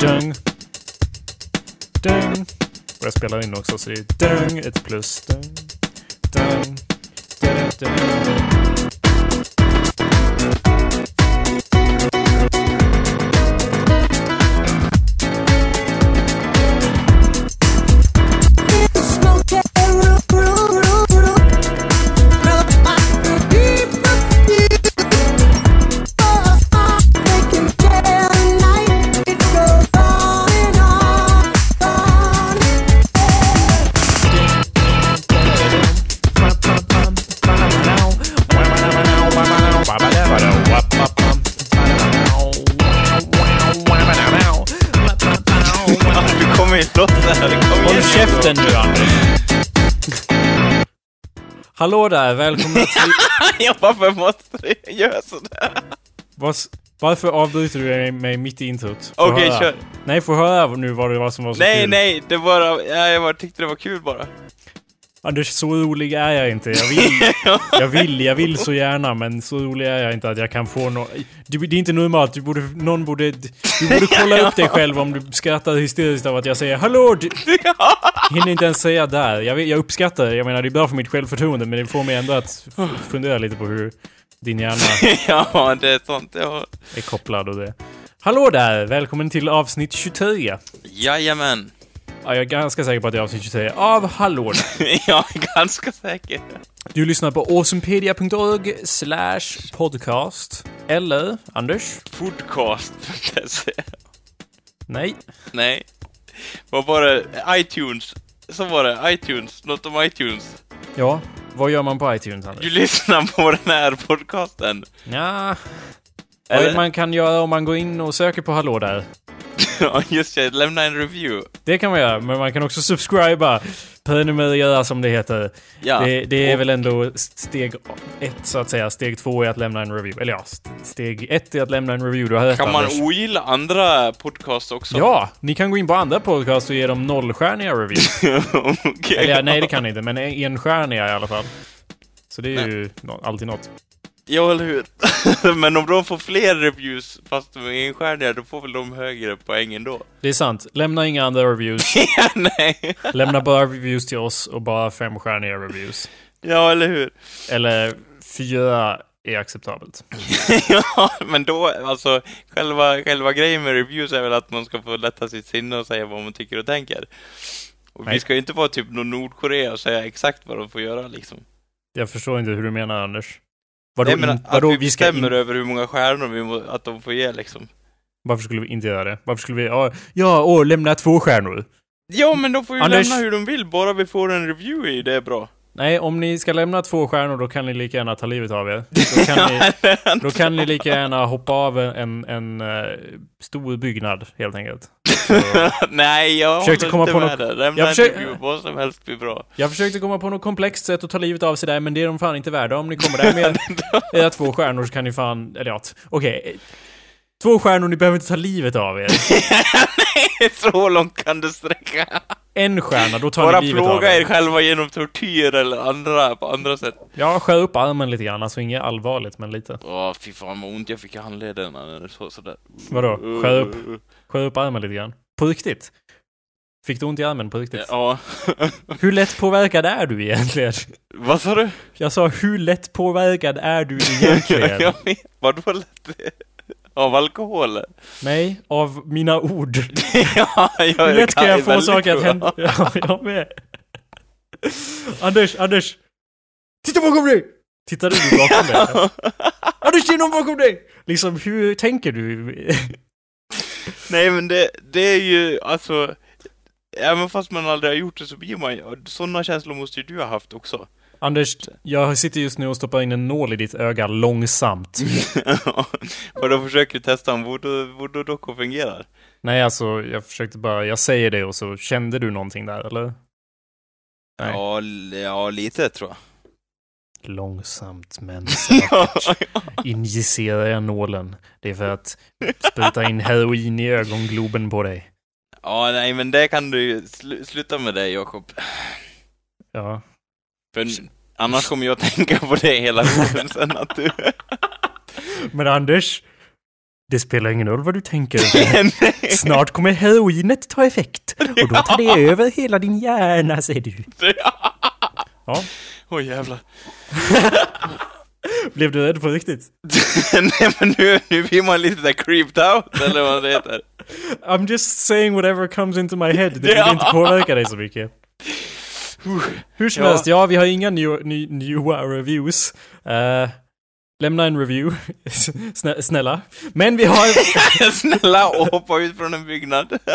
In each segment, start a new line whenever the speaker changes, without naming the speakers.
Döng. Döng. Och jag spelar in också så det är döng, ett plus. Döng. Döng. Döng. Döng. döng.
Du kommer ju slåss här. Du kommer
Håll
ju-
käften nu André. Hallå där, välkomna till...
Ja, varför måste du göra sådär?
Vars- Varför avbryter du mig mitt i introt? Få
Okej,
höra.
kör.
Nej, få höra nu vad det var som var så
Nej,
kul.
nej, det bara... Ja, jag bara tyckte det var kul bara.
Anders, så rolig är jag inte. Jag vill, jag vill, jag vill så gärna, men så rolig är jag inte att jag kan få något. Det är inte normalt. Du borde, någon borde, du borde kolla upp dig själv om du skrattar hysteriskt av att jag säger hallå. Du hinner inte ens säga där. Jag, vet- jag uppskattar det. Jag menar, det är bra för mitt självförtroende, men det får mig ändå att f- fundera lite på hur din hjärna
Ja, det är sånt. Ja.
är kopplad och det. Hallå där! Välkommen till avsnitt 23.
Jajamän.
Ja, jag är ganska säker på att det är avsnitt 23 av Hallå där.
Jag är ganska säker.
Du lyssnar på awesomepedia.org slash podcast. Eller, Anders?
Podcast.se.
Nej.
Nej. Vad var det? iTunes. Så var det. iTunes. Något om iTunes.
Ja, vad gör man på iTunes,
Du
Anders?
lyssnar på den här podcasten.
Ja. Vad är
Eller?
det man kan göra om man går in och söker på Hallå där?
Ja, just det. Lämna en review.
Det kan man göra, men man kan också subscriba. Prenumerera, som det heter.
Ja.
Det, det är
Och-
väl ändå steg ett, så att säga. Steg två är att lämna en review. Eller ja, st- steg ett är att lämna en review. Du har rätt,
Kan man
Anders.
ogilla andra podcasts också?
Ja, ni kan gå in på andra podcast och ge dem nollstjärniga reviews.
Okej.
Eller, ja, nej, det kan ni inte, men en- enstjärniga i alla fall. Så det är ju nå- alltid något.
Ja, eller hur? Men om de får fler reviews, fast de är enstjärniga, då får väl de högre poäng ändå?
Det är sant. Lämna inga andra reviews.
Ja, nej.
Lämna bara reviews till oss och bara femstjärniga reviews.
Ja, eller hur?
Eller fyra är acceptabelt.
Ja, men då, alltså, själva, själva grejen med reviews är väl att man ska få lätta sitt sinne och säga vad man tycker och tänker. Och vi
Nej.
ska ju inte vara typ någon Nordkorea och säga exakt vad de får göra liksom.
Jag förstår inte hur du menar, Anders. Vadå,
nej, men
in,
att,
vadå
att vi
vi ska
bestämmer
in,
över hur många stjärnor vi må, att de får ge liksom.
Varför skulle vi inte göra det? Varför skulle vi... Ja, ja åh, lämna två stjärnor.
Ja, men de får ju
Anders-
lämna hur de vill, bara vi får en review i det är bra.
Nej, om ni ska lämna två stjärnor då kan ni lika gärna ta livet av er. Då kan ni, då kan ni lika gärna hoppa av en, en eh, stor byggnad, helt enkelt. Så-
Nej, jag
Försökte
håller
komma
inte
på
med
något-
det. Lämna
Jag
en
försöker-
review, vad som helst blir bra.
Jag försökte komma på något komplext sätt att ta livet av sig där, men det är de fan inte värda. Om ni kommer där med era två stjärnor så kan ni fan... Eller ja, t- okej. Två stjärnor, ni behöver inte ta livet av er.
Så långt kan det sträcka.
En stjärna, då tar
Bara
ni livet av
plåga
er.
er själva genom tortyr eller andra, på andra sätt.
Ja, skär upp armen lite grann. Alltså inget allvarligt, men lite.
Åh, fy fan vad ont jag fick i handleden när det så, sådär.
Vadå?
Mm.
Skär upp, skär upp armen lite grann. På riktigt? Fick du ont i armen på riktigt?
Eh, Ja.
Hur lätt påverkad är du egentligen?
vad sa du?
Jag sa, hur lätt påverkad är du egentligen?
jag vet. Vadå lätt? Av alkohol?
Nej, av mina ord.
ja, jag
Hur lätt kan jag få
väldigt
saker att
bra.
hända? Ja, jag med. Anders, Anders! Titta bakom dig! Tittar du bakom dig? Anders, det är någon bakom dig! Liksom, hur tänker du?
Nej men det, det är ju alltså, även fast man aldrig har gjort det så blir man ju, sådana känslor måste ju du ha haft också.
Anders, jag sitter just nu och stoppar in en nål i ditt öga långsamt.
och då försöker du testa om voodoo- voodoo-dockor fungerar.
Nej, alltså, jag försökte bara, jag säger det och så kände du någonting där, eller? Nej.
Ja, l- ja, lite tror jag.
Långsamt men säkert injicerar jag nålen. Det är för att spruta in heroin i ögongloben på dig.
ja, nej men det kan du ju, slu- sluta med det Jakob.
Ja.
För n- annars kommer jag att tänka på det hela tiden sen att du...
Men Anders, Det spelar ingen roll vad du tänker. Snart kommer heroinet ta effekt. Och då tar det över hela din hjärna, säger du. Ja,
Åh jävlar.
blev du rädd på riktigt?
Nej men nu, nu blir man lite där creeped out, eller vad det heter.
I'm just saying whatever comes into my head. Det borde inte påverka dig så mycket. Hur som
Ja.
helst, ja, vi har inga new, ny, nya reviews. Eh, lämna en review, Snä, snälla. Men vi har...
Snälla, och hoppa ut från en byggnad.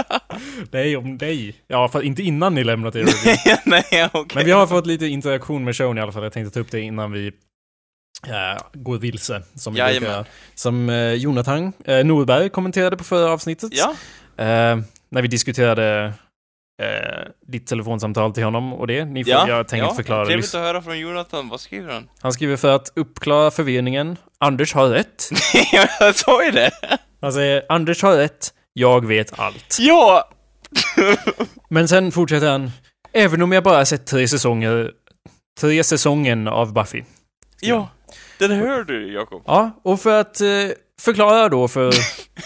Nej, om dig. Ja, för inte innan ni lämnat er review.
Nej, okej.
Men vi har fått lite interaktion med showen i alla fall. Jag tänkte ta upp det innan vi eh, går vilse, som vi brukar
Jajamän.
göra. Som eh, Jonathan eh, Norberg kommenterade på förra avsnittet.
Ja.
Eh, när vi diskuterade eh, ditt telefonsamtal till honom och det. Ni får,
ja.
Jag tänker
ja.
inte förklara.
Trevligt
Lys-
att höra från Jonathan. Vad skriver han?
Han skriver för att uppklara förvirringen. Anders har rätt.
jag sa ju det.
Han säger Anders har rätt. Jag vet allt.
Ja!
Men sen fortsätter han. Även om jag bara sett tre säsonger. Tre säsongen av Buffy.
Ja. Den hör du, Jakob.
Ja, och för att eh, förklara då för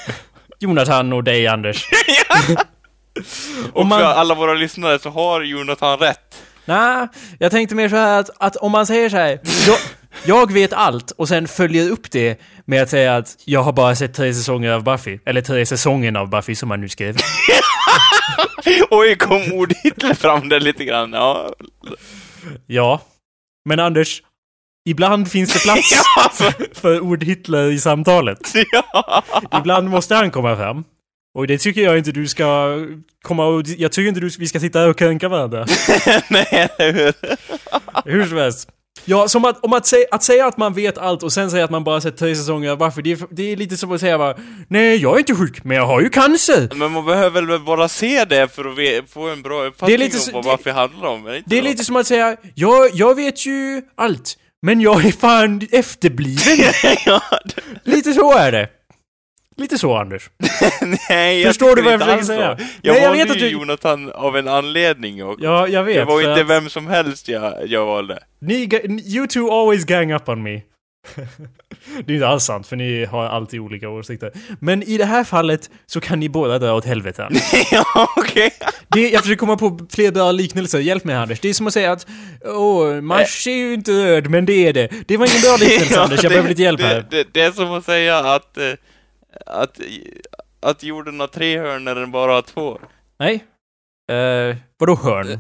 Jonathan och dig Anders.
Och
Om man-
för alla våra lyssnare så har Jonathan rätt.
Nej, jag tänkte mer så här att, att om man säger så här, jag, jag vet allt och sen följer upp det med att säga att jag har bara sett tre säsonger av Buffy, eller tre säsongen av Buffy som man nu skrev.
Oj, kom ordhitler fram där lite grann. Ja.
Ja, men Anders, ibland finns det plats för, för ord Hitler i samtalet.
ja.
Ibland måste han komma fram. Och det tycker jag inte du ska komma och, jag tycker inte du, vi ska sitta här och kränka varandra.
Nej, eller hur?
Hur som helst. Ja, som att, om att, säga, att säga att man vet allt och sen säga att man bara sett tre säsonger, varför? Det är, det är lite som att säga bara Nej, jag är inte sjuk, men jag har ju cancer.
Men man behöver väl bara se det för att ve- få en bra uppfattning
Det är lite så-
om vad
det-
varför det handlar om. är inte
Det är
så?
lite som att säga jag, jag vet ju allt, men jag är fan efterbliven.
ja,
lite så är det. Lite så, Anders.
nej, jag
Förstår du
tycker
vad jag
inte alls
försöker
så.
säga?
Jag
Nej, jag
valde
vet att
ju
du-
Jonathan av en anledning och
Ja, jag vet.
det var
för
inte
att
vem som helst jag, jag valde.
ni, ga- ni- you two always gang up on me. det är inte alls sant, för ni har alltid olika åsikter. Men i det här fallet så kan ni båda dra åt helvete.
ja, okej.
Det, jag försöker komma på fler bra liknelser, hjälp mig Anders. Det är som att säga att Åh, mars är ju inte röd, men det är det. Det var ingen bra liknelse
Eh. Ja,
Anders, jag
det-
behöver lite hjälp
det,
här.
Det, det är som att säga att, eh, att, att jorden har tre hörn när den bara har två.
Nej? Uh, vadå hörn?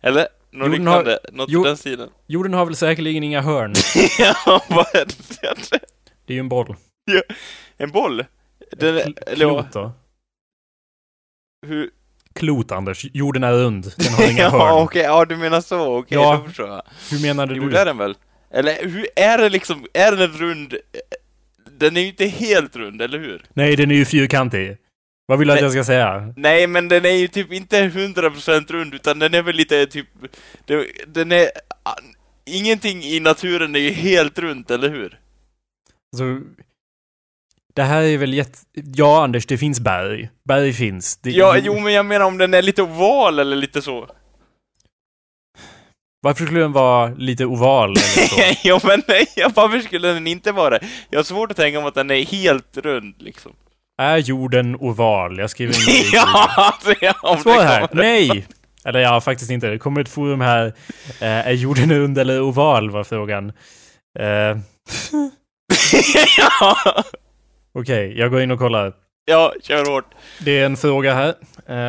Eller? Något
Jorden har-
liknande, något
jo-
i den stilen.
Jorden har väl säkerligen inga hörn.
ja, vad är det?
Det är ju en boll.
En boll? Den,
Kl-
eller, ja,
Klot då?
hur,
Klot Anders, jorden är rund. Den har inga
ja,
hörn.
okej, ja du menar så, okej,
Ja,
då förstår jag.
Hur menade
Jo, det är
du?
den väl? Eller hur, är det liksom, är den rund? Den är ju inte helt rund, eller hur?
Nej, den är ju fyrkantig. Vad vill du att
Nej.
jag ska säga?
Nej, men den är ju typ inte 100% rund, utan den är väl lite typ... det- Den är... an- Ingenting i naturen är ju helt runt, eller hur?
Alltså, det här är väl jätte... Ja, Anders, det finns berg. Berg finns. Det,
Ja, jo, men jag menar om den är lite oval eller lite så.
Varför skulle den vara lite oval eller så?
ja, men nej, ja, varför skulle den inte vara det? Jag har svårt att tänka mig att den är helt rund, liksom.
Är jorden oval? Jag skriver in det.
ja, alltså, ja, om det
Svar här.
kommer-
Nej! Eller ja, faktiskt inte. Det kommer ett forum här. Eh, är jorden rund eller oval? var frågan. Eh,
ja,
Okej, jag går in och kollar.
ja, kör hårt.
Det är en fråga här.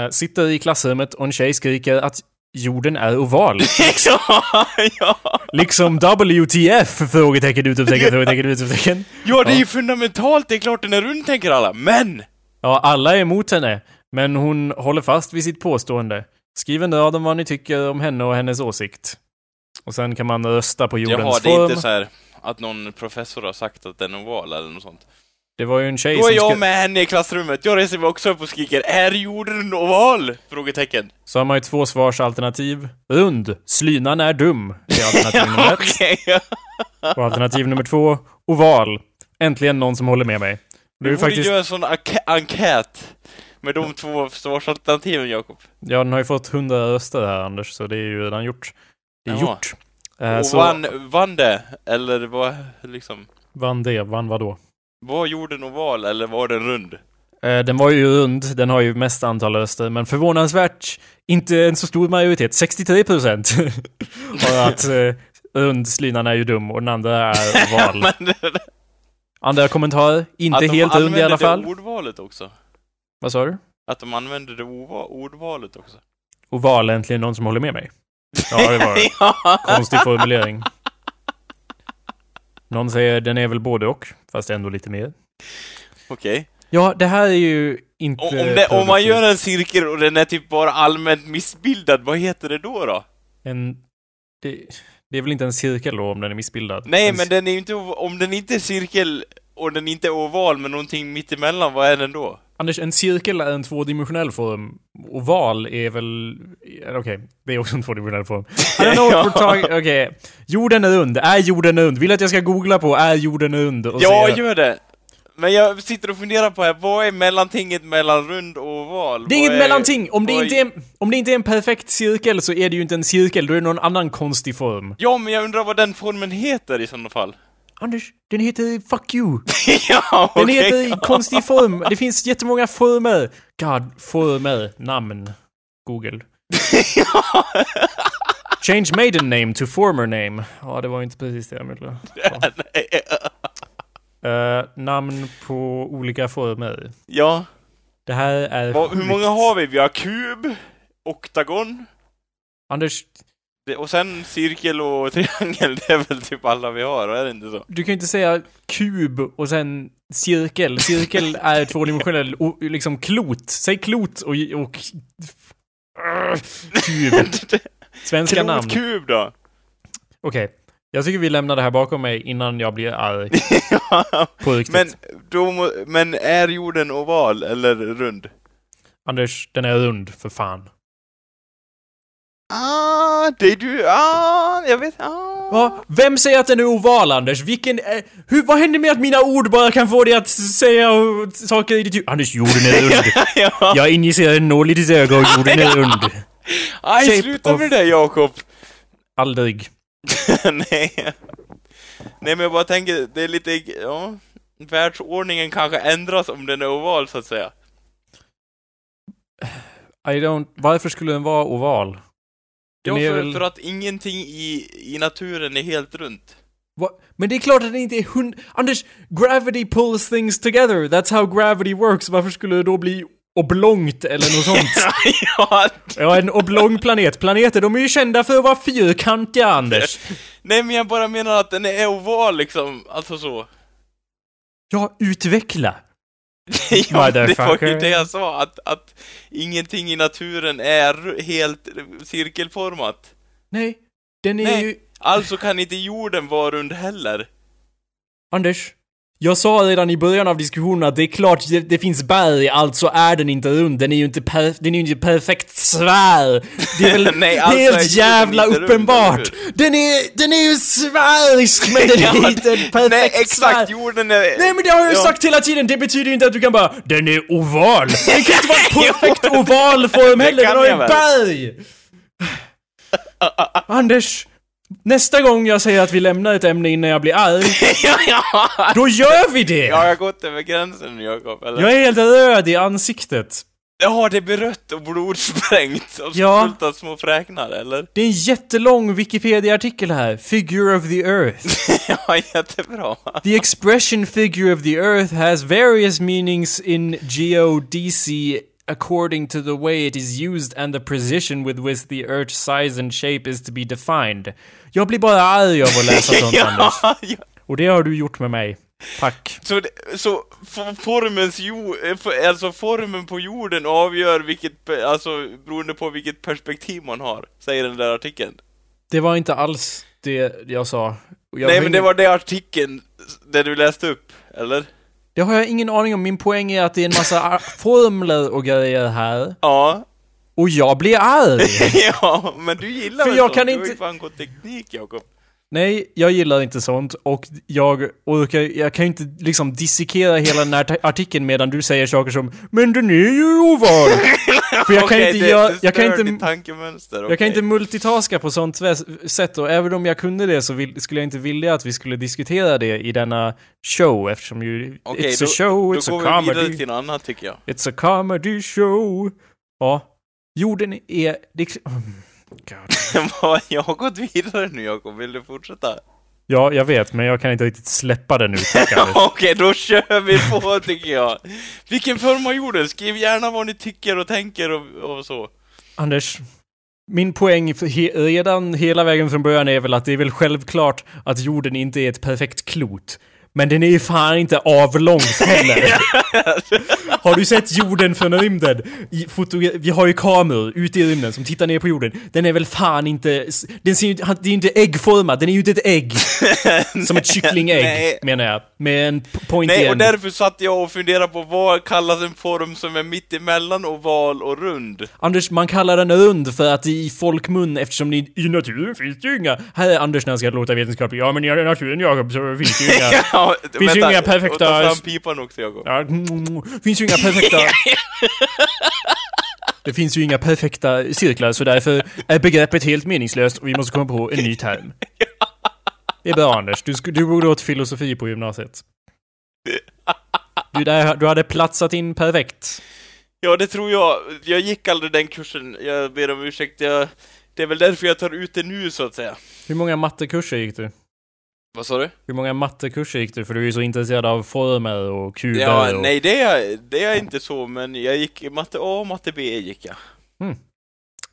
Eh, sitter i klassrummet och en tjej skriker att jorden är oval.
ja, ja.
Liksom WTF? Frågetecken, utropstecken, frågetecken, utropstecken.
ja, det är ju fundamentalt, det är klart den är rund, tänker alla. Men!
Ja, alla är emot henne, men hon håller fast vid sitt påstående. Skriv en rad om vad ni tycker om henne och hennes åsikt. Och sen kan man rösta på jordens
Jaha, det
form.
är inte så här att någon professor har sagt att den är oval eller något sånt.
Det var ju en tjej
Då är
som
jag
skrev...
med henne i klassrummet, jag reser mig också upp och skriker Är jorden oval? Frågetecken.
Så har man ju två svarsalternativ. Rund. Slynan är dum. Det är alternativ nummer ett.
Okej, ja.
Och alternativ nummer två. Oval. Äntligen någon som håller med mig. Det är
Du
ju
borde
faktiskt...
göra en sån ank- enkät med de två svarsalternativen, Jakob.
Ja, den har ju fått hundra röster här, Anders, så det är ju redan gjort. Det är
Jaha.
gjort. Eh,
Och
så
vann, vann det? Eller vad, liksom?
vann det. Vann vadå?
Var jorden oval eller var den rund?
Eh, Den var ju rund, den har ju mest antal röster, men förvånansvärt inte en så stor majoritet, 63 procent. har att eh, rundslinan är ju dum och den andra är oval.
Men det-
Andra kommentarer? Inte
att de
helt rund i
använder
alla fall.
det ordvalet också.
Vad sa du?
Att de använder det ova- ordvalet också.
Oval, äntligen någon som håller med mig. Ja, det var det.
ja.
Konstig formulering. Någon säger den är väl både och, fast ändå lite mer.
Okej.
Ja, det här är ju inte...
Om, om, det, om man gör
produktivt.
en cirkel och den är typ bara allmänt missbildad, vad heter det då då?
en... Det, det är väl inte en cirkel då, om den är missbildad?
Nej,
En
men den är ju inte, ov- om den inte är cirkel och den inte är oval, men någonting mittemellan, vad är den då?
Anders, en cirkel är en tvådimensionell form. Oval är väl... eh, Okej, det är också en tvådimensionell form. I don't know what we're talking... Okej. Jorden är rund. Är jorden rund? Vill du att jag ska googla på är jorden rund? Och
Ja,
se-
gör det! Men jag sitter och funderar på här, vad är mellantinget mellan rund och oval?
Det är
Vad
inget mellanting! Om det,
vad
inte är, om det inte är en perfekt cirkel så är det ju inte en cirkel, då är det någon annan konstig form.
Ja, men jag undrar vad den formen heter i sådana fall.
Anders, den heter 'fuck you'.
ja,
Den
okej.
heter i konstig form. Det finns jättemånga former. God, former, namn. Google. Change maiden name to former name. Ja, det var inte precis det jag ville.
Nej, eh,
Eh, namn på olika former.
Ja,
Det här är...
vad, hur
sjukt.
många har vi? Vi har kub, oktagon,
Anders,
det, och sen cirkel och triangel, det är väl typ alla vi har, är det inte så?
du kan ju inte säga kub och sen cirkel. Cirkel är tvådimensionell, o- liksom klot. Säg klot och... och Arr, kub. Svenska namn.
Kronkub då?
Okej. Jag tycker vi lämnar det här bakom mig innan jag blir arg.
ja,
På riktigt.
men, då, må- men är jorden oval eller rund?
Anders, den är rund, för fan.
Ah, det är du, ah, jag vet, ah.
Va? Vem säger att den är oval, Anders? Vilken är... Hur, vad händer med att mina ord bara kan få dig att säga eh, saker i ditt huvud? Anders, jorden är rund.
ja.
Jag injicerar en nål i ditt öga och jorden är rund.
Aj,
shape
sluta
of-
med det där Jakob!
Aldrig.
Nej. Nej, men jag bara tänker, det är lite, ja. Världsordningen kanske ändras om den är oval, så att säga.
I don't... Varför skulle den vara oval? Den
Ja,
är
för,
väl-
för att ingenting i, i naturen är helt runt.
Va? Men det är klart att den inte är hund... Anders, gravity pulls things together. That's how gravity works. Varför skulle det då bli oblongt eller något sånt?
ja,
Ja, en oblong planet. Planeter, de är ju kända för att vara fyrkantiga, Anders.
nej men jag bara menar att den är oval liksom, alltså så.
Ja, utveckla.
ja, men det var ju
Motherfucker.
det jag sa, att, att ingenting i naturen är ru- helt cirkelformat.
Nej, den är
Nej.
ju...
Alltså kan inte jorden vara rund heller.
Anders, jag sa redan i början av diskussionen att det är klart det, det finns berg, alltså är den inte rund. Den är ju inte, per, den är ju inte perfekt svär. Det är väl
Nej, alltså är
helt
jorden
jävla
inte rund, eller
uppenbart.
hur?
Den är, den är ju sfärisk, men den är inte en perfekt
Nej,
sfär.
exakt, jorden är...
Nej men det har jag ju
Ja.
sagt hela tiden, det betyder ju inte att du kan bara Den är oval! Den kan inte vara en perfekt oval form heller, den
kan
har ju
jag väl.
berg! Anders, nästa gång jag säger att vi lämnar ett ämne innan jag blir arg,
ja,
då gör vi det!
jag har gått över gränsen Jakob, eller?
Jag är helt röd i ansiktet.
Ja, det är berött och blodsprängt och
Ja.
fullt av små fräknar, eller?
Det är en jättelång Wikipedia-artikel här. Figure of the Earth.
ja, jättebra.
The expression figure of the earth has various meanings in geodesy according to the way it is used and the precision with which the earth's size and shape is to be defined. Jag blir bara arg av att läsa sånt, Anders.
ja, ja.
Och det har du gjort med mig. Tack.
Så, det- så f- formens jo, eh, f- alltså formen på jorden avgör vilket, pe- alltså beroende på vilket perspektiv man har, säger den där artikeln.
Det var inte alls det jag sa. Och Jag har
Nej men
ingen-
det var det artikeln, s- det du läste upp, eller?
det har jag ingen aning om. Min poäng är att det är en massa ar- formler och grejer här.
Ja.
Och jag blir arg!
ja, men du gillar
För
väl
jag
sånt?
kan
Du har ju
inte-
fan gått teknik Jakob.
Nej, jag gillar inte sånt och jag orkar, jag kan ju inte liksom dissekera hela den här ta- artikeln medan du säger saker som “Men den är ju oval!” För jag kan
Okej,
inte
det-
göra-
det
jag kan
stör
inte-
ditt tankemönster.
Jag kan
okej.
inte multitaska på sånt vä- sätt och även om jag kunde det så vill, skulle jag inte vilja att vi skulle diskutera det i denna show eftersom ju...
Okej,
it's
då-
a show, it's
Då
a
går vi vidare
comedy.
till något annat tycker jag.
It's a comedy show. Ja. Jorden är... Det, är- Mm, God.
Vad, jag har gått vidare nu Jakob, vill du fortsätta?
Ja, jag vet, men jag kan inte riktigt släppa den uttakandet.
Okej, då kör vi på tycker jag. Vilken form av jorden? Skriv gärna vad ni tycker och tänker och, och så.
Anders, min poäng för he- redan hela vägen från början är väl att det är väl självklart att jorden inte är ett perfekt klot. Men den är ju fan inte avlång heller. har du sett jorden från rymden? I fotogra- Vi har ju kameror ute i rymden som tittar ner på jorden. Den är väl fan inte... s- Den ser ju inte... han- Det är ju inte äggformad, den är ju inte ett ägg. som ett
Nej.
kycklingägg, menar jag. Med en p- point i
Nej, och
en.
därför satt jag och funderade på vad kallas en form som är mitt emellan oval och rund?
Anders, man kallar den rund för att i folkmun, eftersom det i naturen finns det ju inga... Här är Anders när han ska låta vetenskaplig. Ja, men i naturen, Jakob, så finns det ju inga...
Ja,
Finns ju
vänta,
inga perfekta-
och Ta fram pipan också Jakob.
Ja, mm, mm, finns ju inga perfekta... Det finns ju inga perfekta cirklar, så därför är begreppet helt meningslöst och vi måste komma på en ny term. Det är bra, Anders. Du, sk- du borde åt filosofi på gymnasiet. Du, där, du hade platsat in perfekt.
Ja, det tror jag. Jag gick aldrig den kursen. Jag ber om ursäkt. Jag, det är väl därför jag tar ut det nu så att säga.
Hur många mattekurser gick du?
Vad sa du?
Hur många mattekurser gick du? För du är ju så intresserad av former och kuber
Ja,
och...
nej det är, jag- det är jag inte så, men jag gick i matte A och matte B gick jag.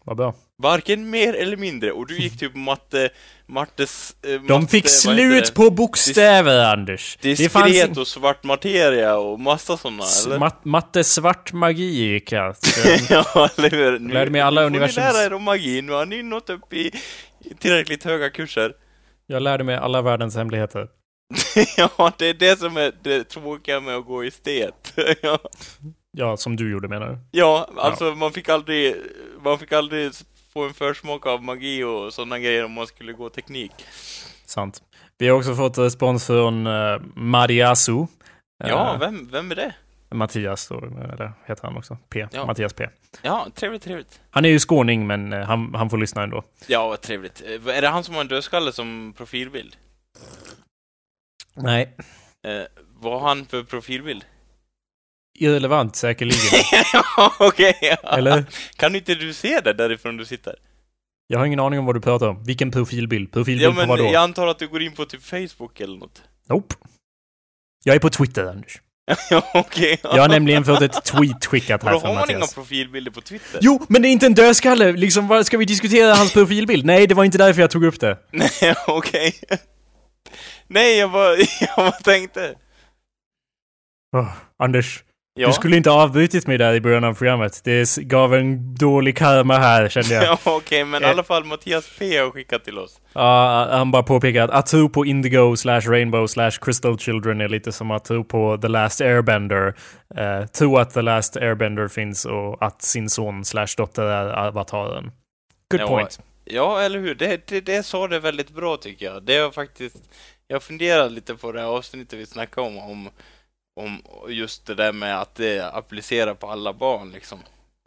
Vad bra.
Varken mer eller mindre, och du gick typ matte, mattes... eh,
De
matte,
fick
vad heter
slut
det?
på bokstäver, Anders.
Diskret och svart materia och massa sådana, eller?
mat, matte svart magi gick jag. Så-
ja, eller hur? Nu,
Lärde mig alla
nu
universums-
får ni lära er om magin, nu har ni nått upp i i tillräckligt höga kurser.
Jag lärde mig alla världens hemligheter.
ja, det är det som är det tråkiga med att gå i estet. ja.
Ja, som du gjorde menar du?
Ja, alltså man fick aldrig, man fick aldrig få en försmak av magi och sådana grejer om man skulle gå teknik.
Sant. Vi har också fått respons från uh, Mariasu. Eh,
Ja, vem, vem är det?
Mattias då, eller heter han också? P.
Ja.
Mattias P.
Ja, trevligt, trevligt.
Han är ju skåning, men eh, han, han får lyssna ändå.
Ja, vad trevligt. Eh, Är det han som har en dödskalle som profilbild?
Nej.
Eh, vad har han för profilbild?
Irrelevant säkerligen.
Ja, Okej, ja.
eller?
Kan inte du se det därifrån du sitter?
Jag har ingen aning om vad du pratar om. Vilken profilbild? Profilbild
Ja,
på vadå?
men jag antar att du går in på typ Facebook eller något.
Nope. Jag är på Twitter, Anders.
Ja, Okej.
Jag har nämligen fått ett tweet skickat
Och
här
då har
från
man inga
Mattias.
profilbilder på Twitter.
Jo, men det är inte en dödskalle! Liksom, vad ska vi diskutera hans profilbild? Nej, det var inte därför jag tog upp det.
Nej, okej. Nej, jag bara, jag bara tänkte.
Åh, Anders,
Ja.
du skulle inte ha avbrutit mig där i början av programmet. Det s- gav en dålig karma här, kände jag.
Ja, okej, men i alla fall Mattias P har skickat till oss.
Ja, han bara påpekar att att tro på Indigo slash Rainbow slash Crystal Children är lite som att tro på The Last Airbender. Eh, tro att The Last Airbender finns och att sin son slash dotter är avataren. Good
Ja.
point.
Ja, eller hur? Det, det, det sa det väldigt bra tycker jag. Det har faktiskt... Jag funderade lite på det här avsnittet vi snackade om, om, om just det där med att det applicerar på alla barn liksom.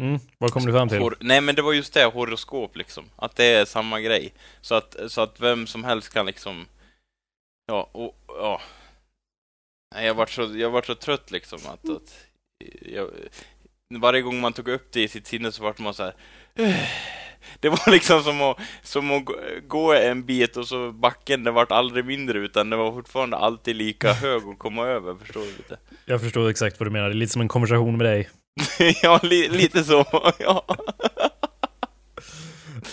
Mm, vad kom du fram till?
Hor- Nej, men det var just det, horoskop liksom. Att det är samma grej. Så att, så att vem som helst kan liksom... Ja, och... Ja. Nej, jag vart så, jag vart så trött liksom att... att jag, varje gång man tog upp det i sitt sinne så vart man så här. Det var liksom som att, som att gå- gå en bit och så backen, det vart aldrig mindre utan det var fortfarande alltid lika hög att komma över, förstår du lite?
Jag förstår exakt vad du menar. Det är lite som en konversation med dig.
ja, li, lite så, ja.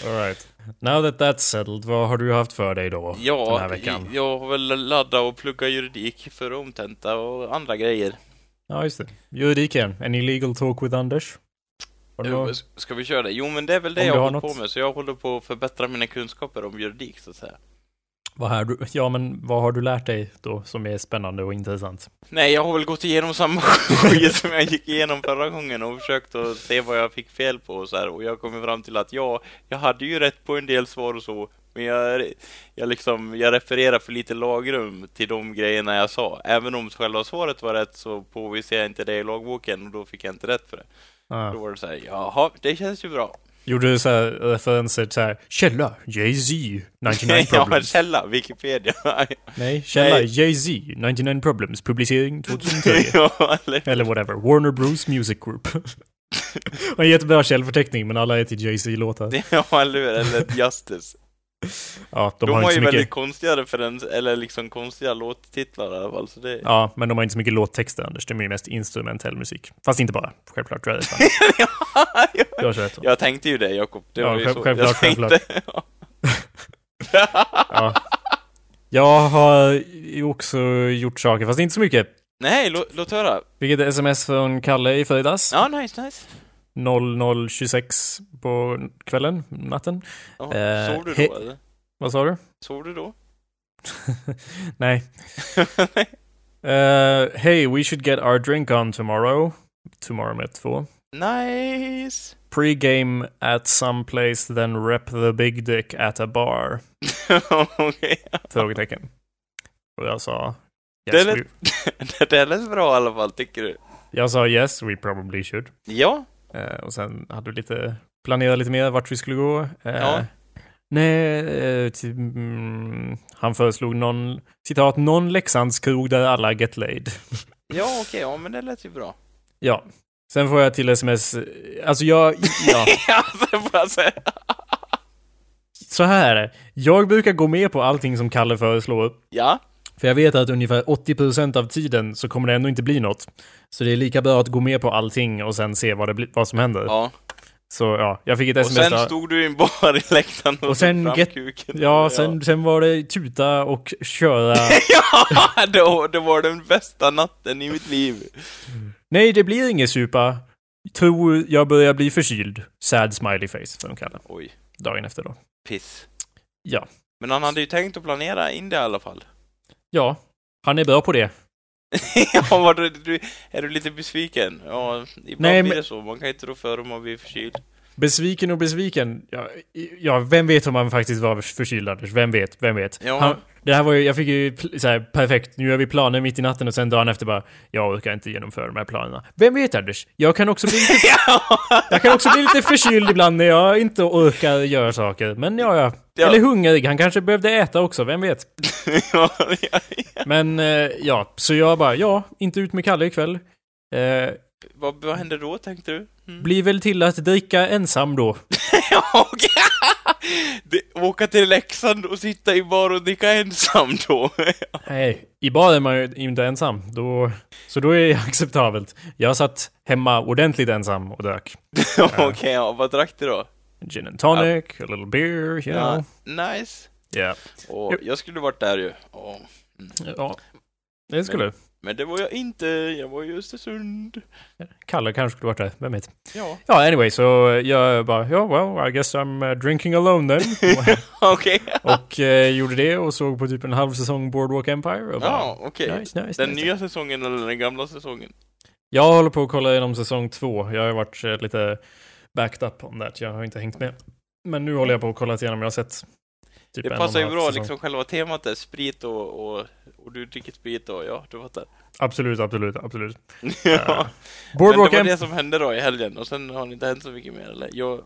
Alright. Now that that's settled, vad har du haft för dig då? den
Ja,
här veckan?
i- jag har väl laddat och pluggat juridik för omtenta och andra grejer.
Ja, just det. Juridiken. An illegal talk with Anders? Har du
Eh,
något?
s- Ska vi köra det? Jo, men det är väl det
Om
jag
du
har
har
hållit på
något.
med, så jag håller på att förbättra mina kunskaper om juridik, så att säga.
Vad har du? Ja, men vad har du lärt dig då som är spännande och intressant?
Nej, jag har väl gått igenom samma skit som jag gick igenom förra gången och försökt att se vad jag fick fel på och så här. Och jag kom ju fram till att ja, jag hade ju rätt på en del svar och så, men jag, jag liksom, jag refererar för lite lagrum till de grejerna jag sa. Även om själva svaret var rätt så påvisade jag inte det i lagboken och då fick jag inte rätt för det. Då
Ja.
var det såhär, jaha, det känns ju bra.
Gjorde så här referenser till så här, källa, Jay-Z, 99
Ja,
problems.
källa, Wikipedia.
Nej, källa,
Nej.
Jay-Z, 99 problems, publicering 2003.
ja, eller
Eller whatever, Warner Bros Music Group. Och en jättebra källförteckning, men alla är till Jay-Z-låtar.
det- ja, eller hur? Eller Justice.
Ja, de,
De,
har
har
inte
ju
så mycket...
väldigt konstiga referenser, eller liksom konstiga låttitlar i alla fall, så det...
Ja, men de har inte så mycket låttexter, Anders. Det är ju mest instrumentell musik. Fast inte bara, självklart. Jag, jag har 21
Jag tänkte ju det, Jakob. Det
Ja,
var ju
själv-
så
självklart,
jag tänkte.
ja. Jag har ju också gjort saker, fast inte så mycket.
Nej, lå- låt höra.
Vilket är sms från Kalle i fredags.
Ja, nice, nice.
00.26 på kvällen, natten.
Ja,
Eh,
sov du
he-
då, eller?
Vad sa du?
Sov du då?
Nej. Eh, hey, we should get our drink on tomorrow. Tomorrow med två.
nice!
Pre-game at some place, then rep the big dick at a bar.
Okej.
Frågetecken. Och jag sa...
Det
Yes,
lät-
we,
Det där lät bra i alla fall, tycker du?
jag sa yes, we probably should.
Ja,
Eh, och sen hade vi lite, planerat lite mer vart vi skulle gå. Eh,
Ja.
Nej, eh, ty- mm, han föreslog någon, citat, någon Leksandskrog där alla get laid.
ja okej, ja men det lät ju bra.
Ja. Sen får jag till sms, eh, alltså jag, ja,
alltså, bara så här.
så här är det. Jag brukar gå med på allting som Kalle föreslår,
Ja,
för jag vet att ungefär 80% av tiden så kommer det ändå inte bli något. Så det är lika bra att gå med på allting och sen se vad, det blir, vad som händer.
ja.
Så ja, jag fick ett
Och
sms.
sen
där.
stod du i en bar i läktaren och,
Och
tog
sen
fram
get-
kuken.
Ja, sen, sen var det tuta och köra.
ja, då, det var den bästa natten i mitt liv.
Nej, det blir ingen supa. Tror jag börjar bli förkyld. Sad smiley face, får de kalla det.
Oj,
Dagen efter då.
piss.
Ja.
Men han hade ju tänkt att planera in det i alla fall.
Ja, han är bra på det.
ja, var du, du, är du lite besviken? Ja, ibland
Nej,
blir
men-
det så. Man kan inte rå för om man blir förkyld.
Besviken och besviken. Ja, ja vem vet om man faktiskt var förkyld, Anders? Vem vet? Vem vet?
Ja.
Han, det här var ju, jag fick ju pl- så här, perfekt, nu gör vi planer mitt i natten och sen dagen efter bara, jag orkar inte genomföra de här planerna. Vem vet Anders? Jag kan också bli lite, jag kan också bli lite förkyld ibland när jag inte orkar göra saker. Men ja, ja.
Ja.
Eller hungrig, han kanske behövde äta också, vem vet?
ja, ja, ja.
Men eh, ja, så jag bara, ja, inte ut med Kalle ikväll. Eh,
Vad, vad hände då, tänkte du?
blir väl till att dricka ensam då.
Ja, okej. Det- Åka till Leksand och sitta i bar och dricka ensam då?
Nej, i bad är man ju inte ensam. Då, så då är det acceptabelt. Jag satt hemma ordentligt ensam och drack.
Okej, ja, vad drack du då?
Gin and tonic, a little beer, you know.
Nice.
Ja.
Och jag skulle varit där ju. Ja.
ja. Det skulle du.
Men det var jag inte, jag var i Östersund.
Kalle kanske skulle varit där, vem vet.
Ja,
Ja, anyway, så jag bara, ja, well, I guess I'm uh, drinking alone then.
okej.
och eh, gjorde det och såg på typ en halv säsong Boardwalk Empire. Och bara,
Ja, okej.
nice, nice,
Den
nice.
nya säsongen eller den gamla säsongen?
Jag håller på att kolla igenom säsong två. Jag har ju varit eh, lite backed up on that. Jag har inte hängt med. Men nu håller jag på att kolla igenom. Jag har sett typ
Det
en
passar
och
ju
en halv
bra,
säsong.
liksom själva temat är sprit och, och, och du dricker sprit och ja, du fattar.
Absolut, absolut, absolut. Eh,
ja. Men det
Boardwalk
var
Empire.
det som hände då i helgen och sen har det inte hänt så mycket mer eller? Jag,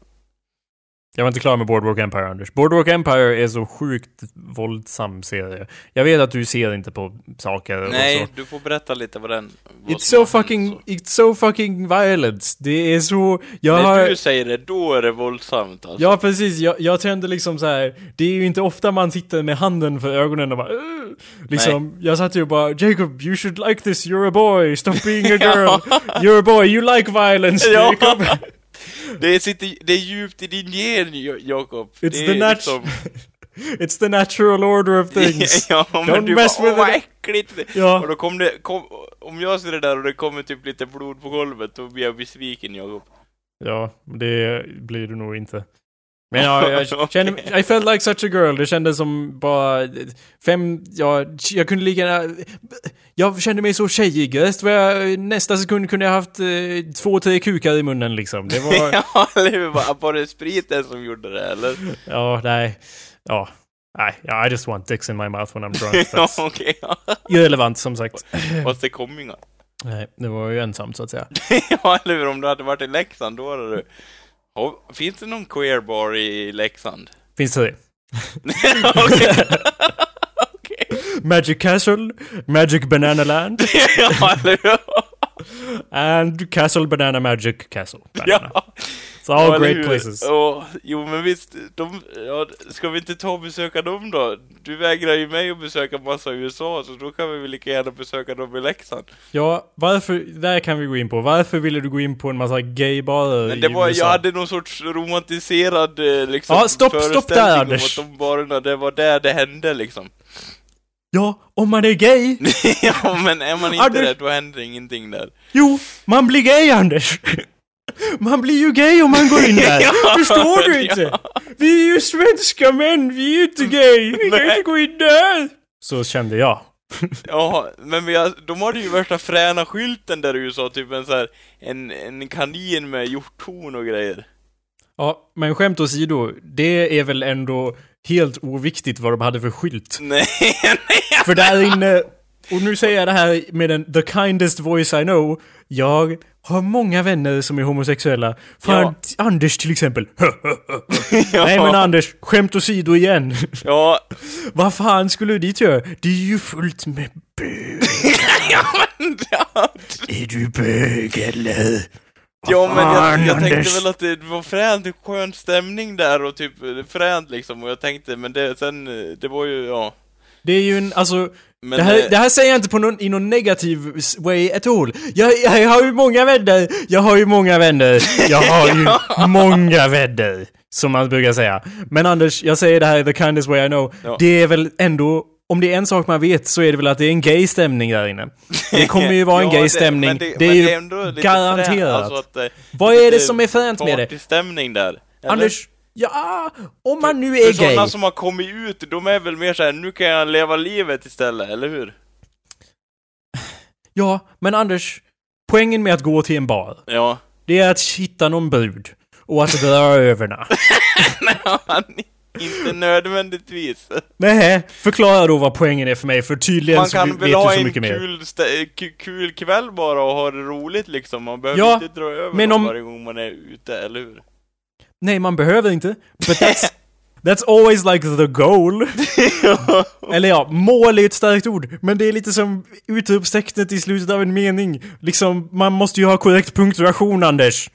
Jag var inte klar med Boardwalk Empire, Anders. Boardwalk Empire är så sjukt våldsam serie. Jag vet att du ser inte på saker och
nej,
så.
du får berätta lite vad den... vad
It's
som
so
har hänt
fucking,
och så.
it's so fucking violent. Det är så... Jag
När
har...
du säger det, då är det våldsamt alltså.
Ja, precis. Jag, jag tände liksom så här. Det är ju inte ofta man sitter med handen för ögonen och bara "Ugh." Liksom, jag satt ju och bara Jacob, you should like this, you're a boy, stop being a girl, you're a boy, you like violence,
Ja.
Jacob.
Det, sitter, det är djupt i din gen, Jo- Jakob.
It's
det
the
är liksom-
nat- It's the natural order of things.
ja, men
Don't
du
mess
bara,
with
åh vad
it."
äckligt! Och
ja.
då kom det, kom, om jag ser det där och det kommer typ lite blod på golvet, då blir jag besviken Jakob.
ja, det blir du nog inte. Men ja, jag kände, I felt like such a girl, det kändes som bara fem, ja, jag kunde lika gärna, jag kände mig så tjejig, Rest var jag, nästa sekund kunde jag haft eh, två, tre kukar i munnen liksom. Det var,
ja, eller hur? Var, var det spriten som gjorde det eller?
Ja, nej. Ja. Nej, ja, I just want dicks in my mouth when I'm drunk.
ja,
That's
okej. ja.
irrelevant som sagt.
Fast det kom inga.
Nej, det var ju ensamt så att säga.
ja, eller hur? Om du hade varit i Leksand, då hade du... Ja, finns det någon queer bar i Leksand?
Finns det det?
Okej. Okej.
Magic Castle, Magic Banana Land
Ja, eller hur?
and Castle Banana Magic Castle. Banana.
Ja.
It's all
Ja, eller
great
hur?
places.
Ja, jo, men visst. De, ja, ska vi inte ta och besöka dem då? Du vägrar ju mig att besöka massa i USA, så då kan vi väl lika gärna besöka dem i Leksand.
Ja, varför, där kan vi gå in på. Varför ville du gå in på en massa gaybarer
Men det
i
var,
USA?
jag hade någon sorts romantiserad eh, liksom,
Ja, stopp, stopp där,
föreställning
Anders.
om att de barerna, det var där det hände liksom.
Ja, om man är gay!
ja, men är man inte
Anders.
det, då händer ingenting där.
Jo, man blir gay Anders! Man blir ju gay om man går in där!
Ja,
Förstår
men
du inte? Vi är ju svenska män, vi är ju inte gay! Vi kan
Nej.
inte gå in där! Så kände jag.
Ja, men vi har, de hade ju värsta fräna skylten där i USA, typ en så här, en, en kanin med hjorthorn och grejer.
Ja, men skämt åsido, det är väl ändå helt oviktigt vad de hade för skylt.
Nej,
För där inne, och nu säger jag det här med den the kindest voice I know, jag har många vänner som är homosexuella. Fan,
Ja.
t- Anders till exempel. Nej men Anders, skämt åsido igen.
ja,
Vad fan skulle du dit göra? Det är ju fullt med bög. Är du bög eller?
ja men jag,
Fan,
jag tänkte
Anders.
väl att det var fränt, skön stämning där och typ fränt liksom, och jag tänkte, men det, sen, eh, det var ju, ja.
Det är ju en, alltså,
Men,
det,
eh,
här, det här säger jag inte på någon, i någon negativ s- way at all. Jag, jag har ju många vänner, jag har ju många vänner, jag har ju många vänner. Som man brukar säga. Men Anders, jag säger det här the kindest way I know.
Ja.
Det är väl ändå, om det är en sak man vet så är det väl att det är en gay stämning där inne. Det kommer ju vara en
ja,
gay
det-
stämning.
men
Det,
men
är ju
ändå lite
garanterat.
Fränt, alltså att, eh,
Vad är det
lite
som är fränt med det?
Partystämning där. eller?
Anders, ja, om man nu
För
är
sådana
gay.
som har kommit ut, de är väl mer såhär, nu kan jag leva livet istället, eller hur?
Ja, men Anders, poängen med att gå till en bar,
Ja.
det är att hitta någon brud. Och att dra överna.
inte nödvändigtvis.
Nej, förklara då vad poängen är för mig, för tydligen
Man
så
kan
vet
väl
du
ha
så
en
mycket mer.
kul, stä- k- kul kväll bara och ha det roligt liksom. Man behöver
Ja,
inte dra över
men
men om...
om-
varje gång man är ute, eller hur?
Nej, man behöver inte. But that's, that's always like the goal. Eller ja, mål är ett starkt ord, men det är lite som utropstecknet i slutet av en mening. Liksom, man måste ju ha korrekt punktuation, Anders.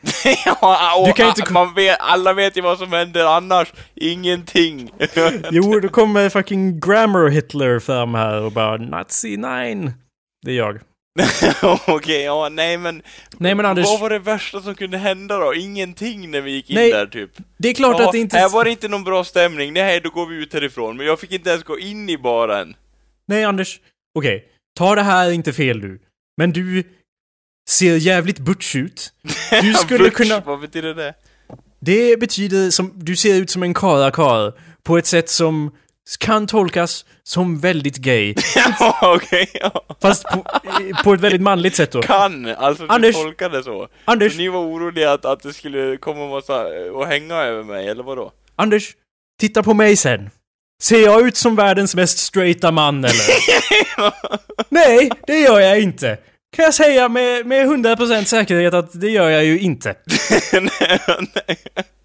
ja, och
Du kan inte-
man vet, alla vet ju vad som händer annars. Ingenting.
Jo, då kommer fucking grammar Hitler fram här och bara Nazi 9. Det är jag.
Okej, ja, nej men.
Nej men Anders,
Vad var det värsta som kunde hända då? Ingenting när vi gick in
Nej,
där typ.
det är klart
ja,
att det inte...
Här var det inte någon bra stämning, nej då går vi ut härifrån. Men jag fick inte ens gå in i baren.
Nej Anders, okej. Ta det här inte fel nu. Men du ser jävligt butch ut. Du skulle
Butch,
kunna...
Vad betyder det?
Det betyder som... Du ser ut som en karakar på ett sätt som kan tolkas som väldigt gay.
Ja, Okej, ja.
Fast på, eh, på ett väldigt manligt sätt då.
Kan, alltså du
Anders.
tolkade så.
Anders,
Så ni var oroliga att, att det skulle komma massa eh, och hänga över mig, eller vadå?
Anders, titta på mig sen. Ser jag ut som världens mest straighta man eller? Nej, det gör jag inte. Kan jag säga med, med 100% säkerhet att det gör jag ju inte.
nej, nej.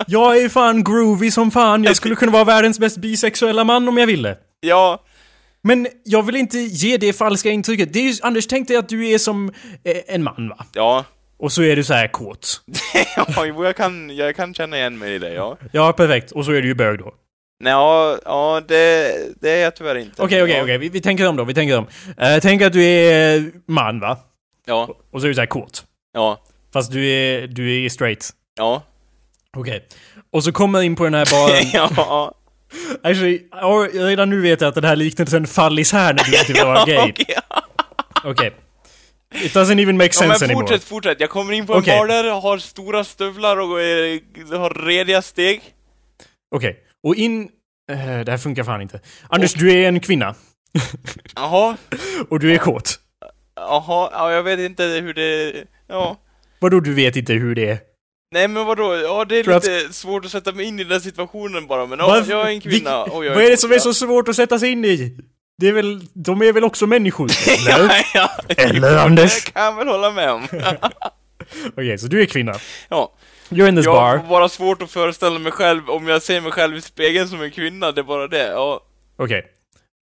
Jag är ju fan groovy som fan, jag skulle kunna vara världens mest bisexuella man om jag ville.
Ja,
Men jag vill inte ge det falska intrycket. Det är ju, Anders, tänk dig att du är som eh, en man va?
ja.
Och så är du så här kåt.
ja jo, jag, kan, jag kan känna igen mig i det, ja.
Ja, perfekt. Och så är du ju bög då.
Nej, ja, ja det, det är jag tyvärr inte.
Okej, okej,
Ja.
okej. Vi, vi tänker om då, vi tänker om. Eh, tänk att du är man va?
Ja,
Och så är du så här kåt.
ja,
Fast du är, du är straight.
ja.
Okej. Och så kommer jag in på den här baren.
ja.
Actually, ja, redan nu vet jag att den här liknelsen fall isär när du inte vill vara gay.
Okej.
Okej. It doesn't even make
Ja, men
sense anymore.
fortsätt, fortsätt. Jag kommer in på en
Okej.
bar där, har stora stövlar och eh, har rediga steg.
Okej, och in... eh, det här funkar fan inte. Anders, du är en kvinna.
Jaha,
Och du är kåt.
jaha, ja, jag vet inte hur det... Ja.
Vadå, du vet inte hur det är?
Nej men vadå, ja det är
Tror att-
lite svårt att sätta mig in i den situationen bara, men ja,
Varför-
jag är en kvinna
Vilk-
och jag
Vad är det som är
kvinna.
så svårt att sätta sig in i? Det är väl, de är väl också människor? Eller?
ja,
Eller Anders?
det kan jag väl hålla med om.
Okej, så du är kvinna.
Ja.
You're in this
Jag
bar.
har bara svårt att föreställa mig själv, om jag ser mig själv i spegeln som en kvinna, det är bara det. Ja,
Okej.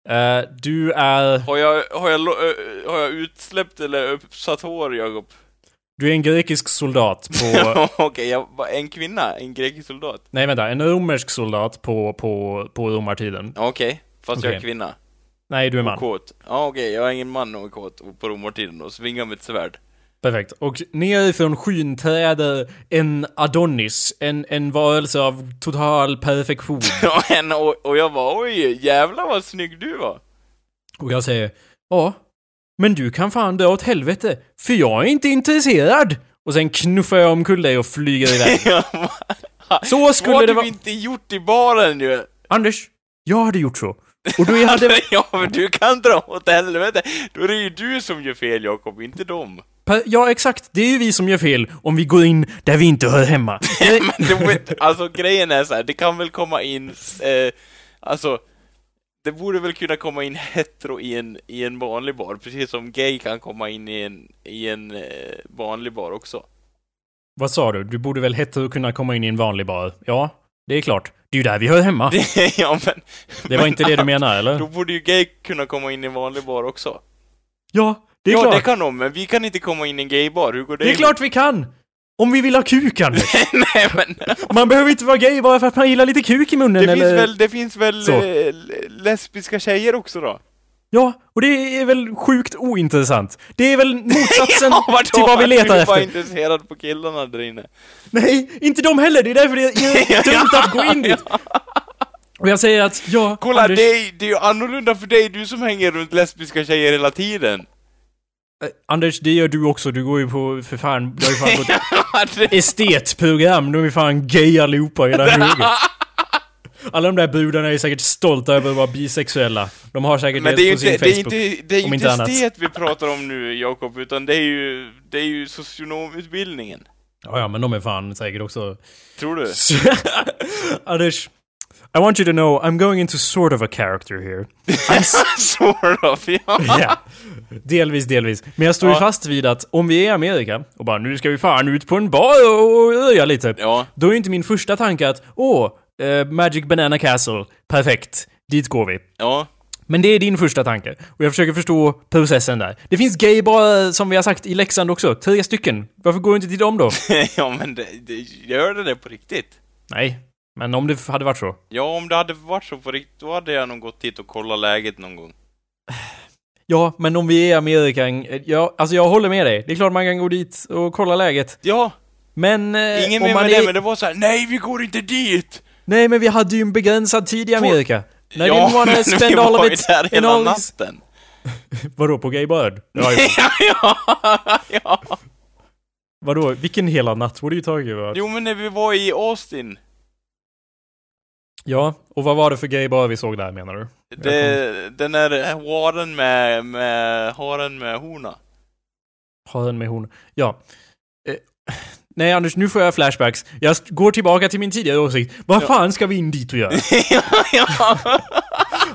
Eh, du är...
har, jag, har, jag, lo- eh, har jag utsläppt eller uppsatt hår, Jakob?
Du är en grekisk soldat på...
Ja, Okej, jag var en kvinna, en grekisk soldat.
Nej, vänta. En romersk soldat på, på, på romartiden.
Ja, Okej, fast jag är
Okej.
kvinna.
Nej, du är man.
Och kåt. Ja, Okej, jag är ingen man och är kåt och på romartiden och svingar mitt svärd.
Perfekt. Och nerifrån skyn träder en Adonis. En, en varelse av total perfektion.
Ja, en- och, och jag var oj, jävlar vad snygg du var.
Och jag säger Ja, men du kan fan dra åt helvete, för jag är inte intresserad! Och sen knuffar jag omkull dig och flyger iväg. Så skulle
Vad
det
du
vara...
inte gjort i baren ju!
Anders, jag hade gjort så. Och då hade...
Ja, men du kan dra åt helvete! Då är det ju du som gör fel, Jakob, inte dem.
Per- Ja, exakt. Det är ju vi som gör fel om vi går in där vi inte hör hemma. Nej,
Men det, var- alltså grejen är så här, det kan väl komma in, eh, alltså, det borde väl kunna komma in hetero i en, i en vanlig bar, precis som gay kan komma in i en, i en eh, vanlig bar också.
Vad sa du? Du borde väl hett och kunna komma in i en vanlig bar? Ja, det är klart. Det är ju där vi hör hemma.
ja, men,
Det var inte det du menade,
Då
eller?
borde ju gay kunna komma in i en vanlig bar också.
Ja, det är
ja,
klart.
det kan de, men vi kan inte komma in i en gaybar, hur går det
Det är
ihop?
klart vi kan! Om vi vill ha kuk, Anders.
Nej, men
Man behöver inte vara gay bara för att man gillar lite kuk i munnen,
det
eller...
finns väl, det finns väl
Så.
eh, lesbiska tjejer också då?
Ja, och det är väl sjukt ointressant. Det är väl motsatsen
Ja, vadå?
till vad vi letar
Du är bara
efter.
intresserad på killarna där inne.
Nej, inte de heller. Det är därför det är dumt att gå in dit. Och jag säger att, ja,
Kolla,
Anders,
det är, det är ju annorlunda för dig, du som hänger runt lesbiska tjejer hela tiden.
eh, Anders, det gör du också. Du går ju på, för fan, du har ju fan gått
Det-
estetprogram. De är fan gay allihopa i hela högen. Alla de där brudarna är säkert stolta över att vara bisexuella. De har säkert
Men det är ju
på sin
inte, det är
Facebook.
inte, det är
om
ju
inte
inte
annat.
estet vi pratar om nu, Jakob, utan det är ju, det är ju socionomutbildningen.
Ja, ja, men de är fan säkert också
Tror du?
Anders, I want you to know I'm going into sort of a character here. I'm s-
sort of, ja.
yeah. Delvis, delvis. Men jag står ju
Ja.
fast vid att om vi är i Amerika och bara nu ska vi fan ut på en bar och och röja lite.
Ja.
Då är inte min första tanke att åh, eh, Magic Banana Castle, perfekt, dit går vi.
Ja.
Men det är din första tanke. Och jag försöker förstå processen där. Det finns gaybarer, som vi har sagt, i Leksand också. Tre stycken. Varför går du inte till dem då?
ja, men det, det, gör det det på riktigt?
Nej, men om det hade varit så.
Ja, om det hade varit så på riktigt, då hade jag nog gått dit och kollat läget någon gång.
Ja, men om vi är i Amerika, eh, ja, alltså jag håller med dig. Det är klart man kan gå dit och kolla läget.
Ja,
Men... eh,
ingen
om
mer
man
med
är...
det, men det var så här: nej, vi går inte dit!
Nej, men vi hade ju en begränsad tid i Amerika. Nej,
ja,
didn't wanna
men vi
spend all
var
of
ju
it
där
in
hela
all this...
natten.
Vadå, på gaybird? Ja, jo.
ja, ja, ja.
Vadå, vilken hela natt? What are you talking about?
Jo, men när vi var i Austin,
Ja, och vad var det för gaybird vi såg där menar du?
det, den där haren med, med, haren med horna.
Haren med horn. Ja. Eh, nej Anders, nu får jag flashbacks. Jag st- går tillbaka till min tidigare åsikt. Vad fan ska vi in dit och göra?
ja,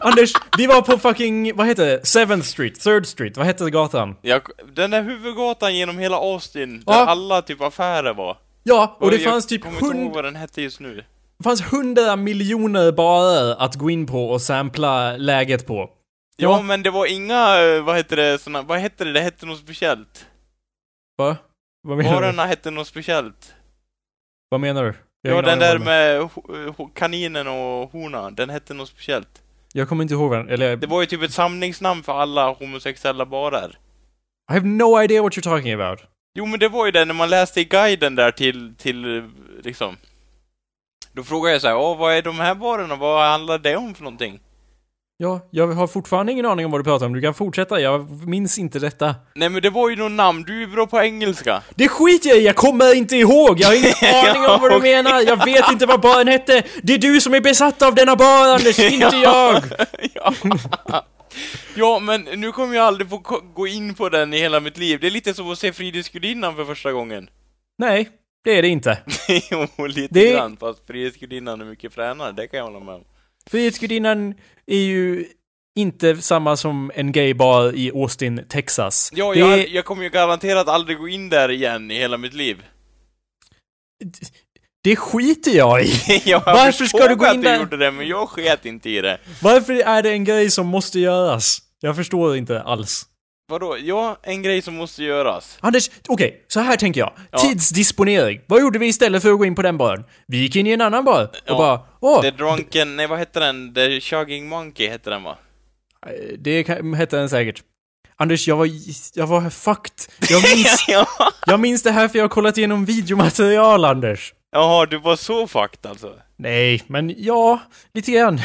Anders, vi var på fucking, vad heter det? Seventh Street, Third Street, vad hette gatan?
jag, den där huvudgatan genom hela Austin, där
Ja.
alla typ affärer var.
Ja, och det
jag
fanns typ
kommer inte ihåg
hund,
vad den hette just nu.
fanns hundra miljoner barer att gå in på och sampla läget på.
Ja,
Ja.
men det var inga, eh, vad heter det, såna, vad hette det, det hette något speciellt.
Va? Vad menar du?
Varorna hette något speciellt.
Vad menar du? Jag har
Ja,
ingen
den
aning
där
vad du menar.
med ho- ho- kaninen och honan, den hette något speciellt.
Jag kommer inte ihåg den, eller...
Det var ju typ ett samlingsnamn för alla homosexuella barer.
I have no idea what you're talking about.
Jo, men det var ju det, när man läste i guiden där till, till eh, liksom. Då frågade jag så här, Åh, vad är de här barerna, vad handlar det om för någonting?
Ja, jag har fortfarande ingen aning om vad du pratar om. Du kan fortsätta, jag minns inte detta.
Nej, men det var ju något namn, du är ju bra på engelska.
Det skiter jag i, jag kommer inte ihåg! Jag har ingen
Ja,
aning om vad du
okej.
menar, jag vet inte vad baren hette! Det är du som är besatt av denna bar, Anders, inte jag!
ja. ja, men nu kommer jag aldrig få ko- gå in på den i hela mitt liv. Det är lite som att se Frihetsgudinnan för första gången.
Nej, det är det inte.
jo, lite
Det-
grann, fast Frihetsgudinnan är mycket fränare, det kan jag hålla med om.
Frihetsgudinnan är ju inte samma som en gaybar i Austin, Texas.
Ja,
det
jag,
är,
jag kommer ju garanterat aldrig gå in där igen i hela mitt liv.
det skiter jag i.
jag
Varför
förstod
ska du gå in
att du
där?
gjorde det, men jag sket inte i det.
Varför är det en grej som måste göras? Jag förstår inte alls.
Vadå? Ja, en grej som måste göras.
Anders, okej, så här tänker jag.
Ja.
Tidsdisponering. Vad gjorde vi istället för att gå in på den baren? Vi gick in i en annan bar och
Ja.
bara, åh,
The Drunken... Nej, vad hette den? The Chugging Monkey hette den, va?
det, kan- hette den säkert. Anders, jag var, jag var fucked. Jag minns,
ja.
jag minns det här för jag har kollat igenom videomaterial, Anders.
Jaha, du var så fucked alltså?
Nej, men ja, lite grann.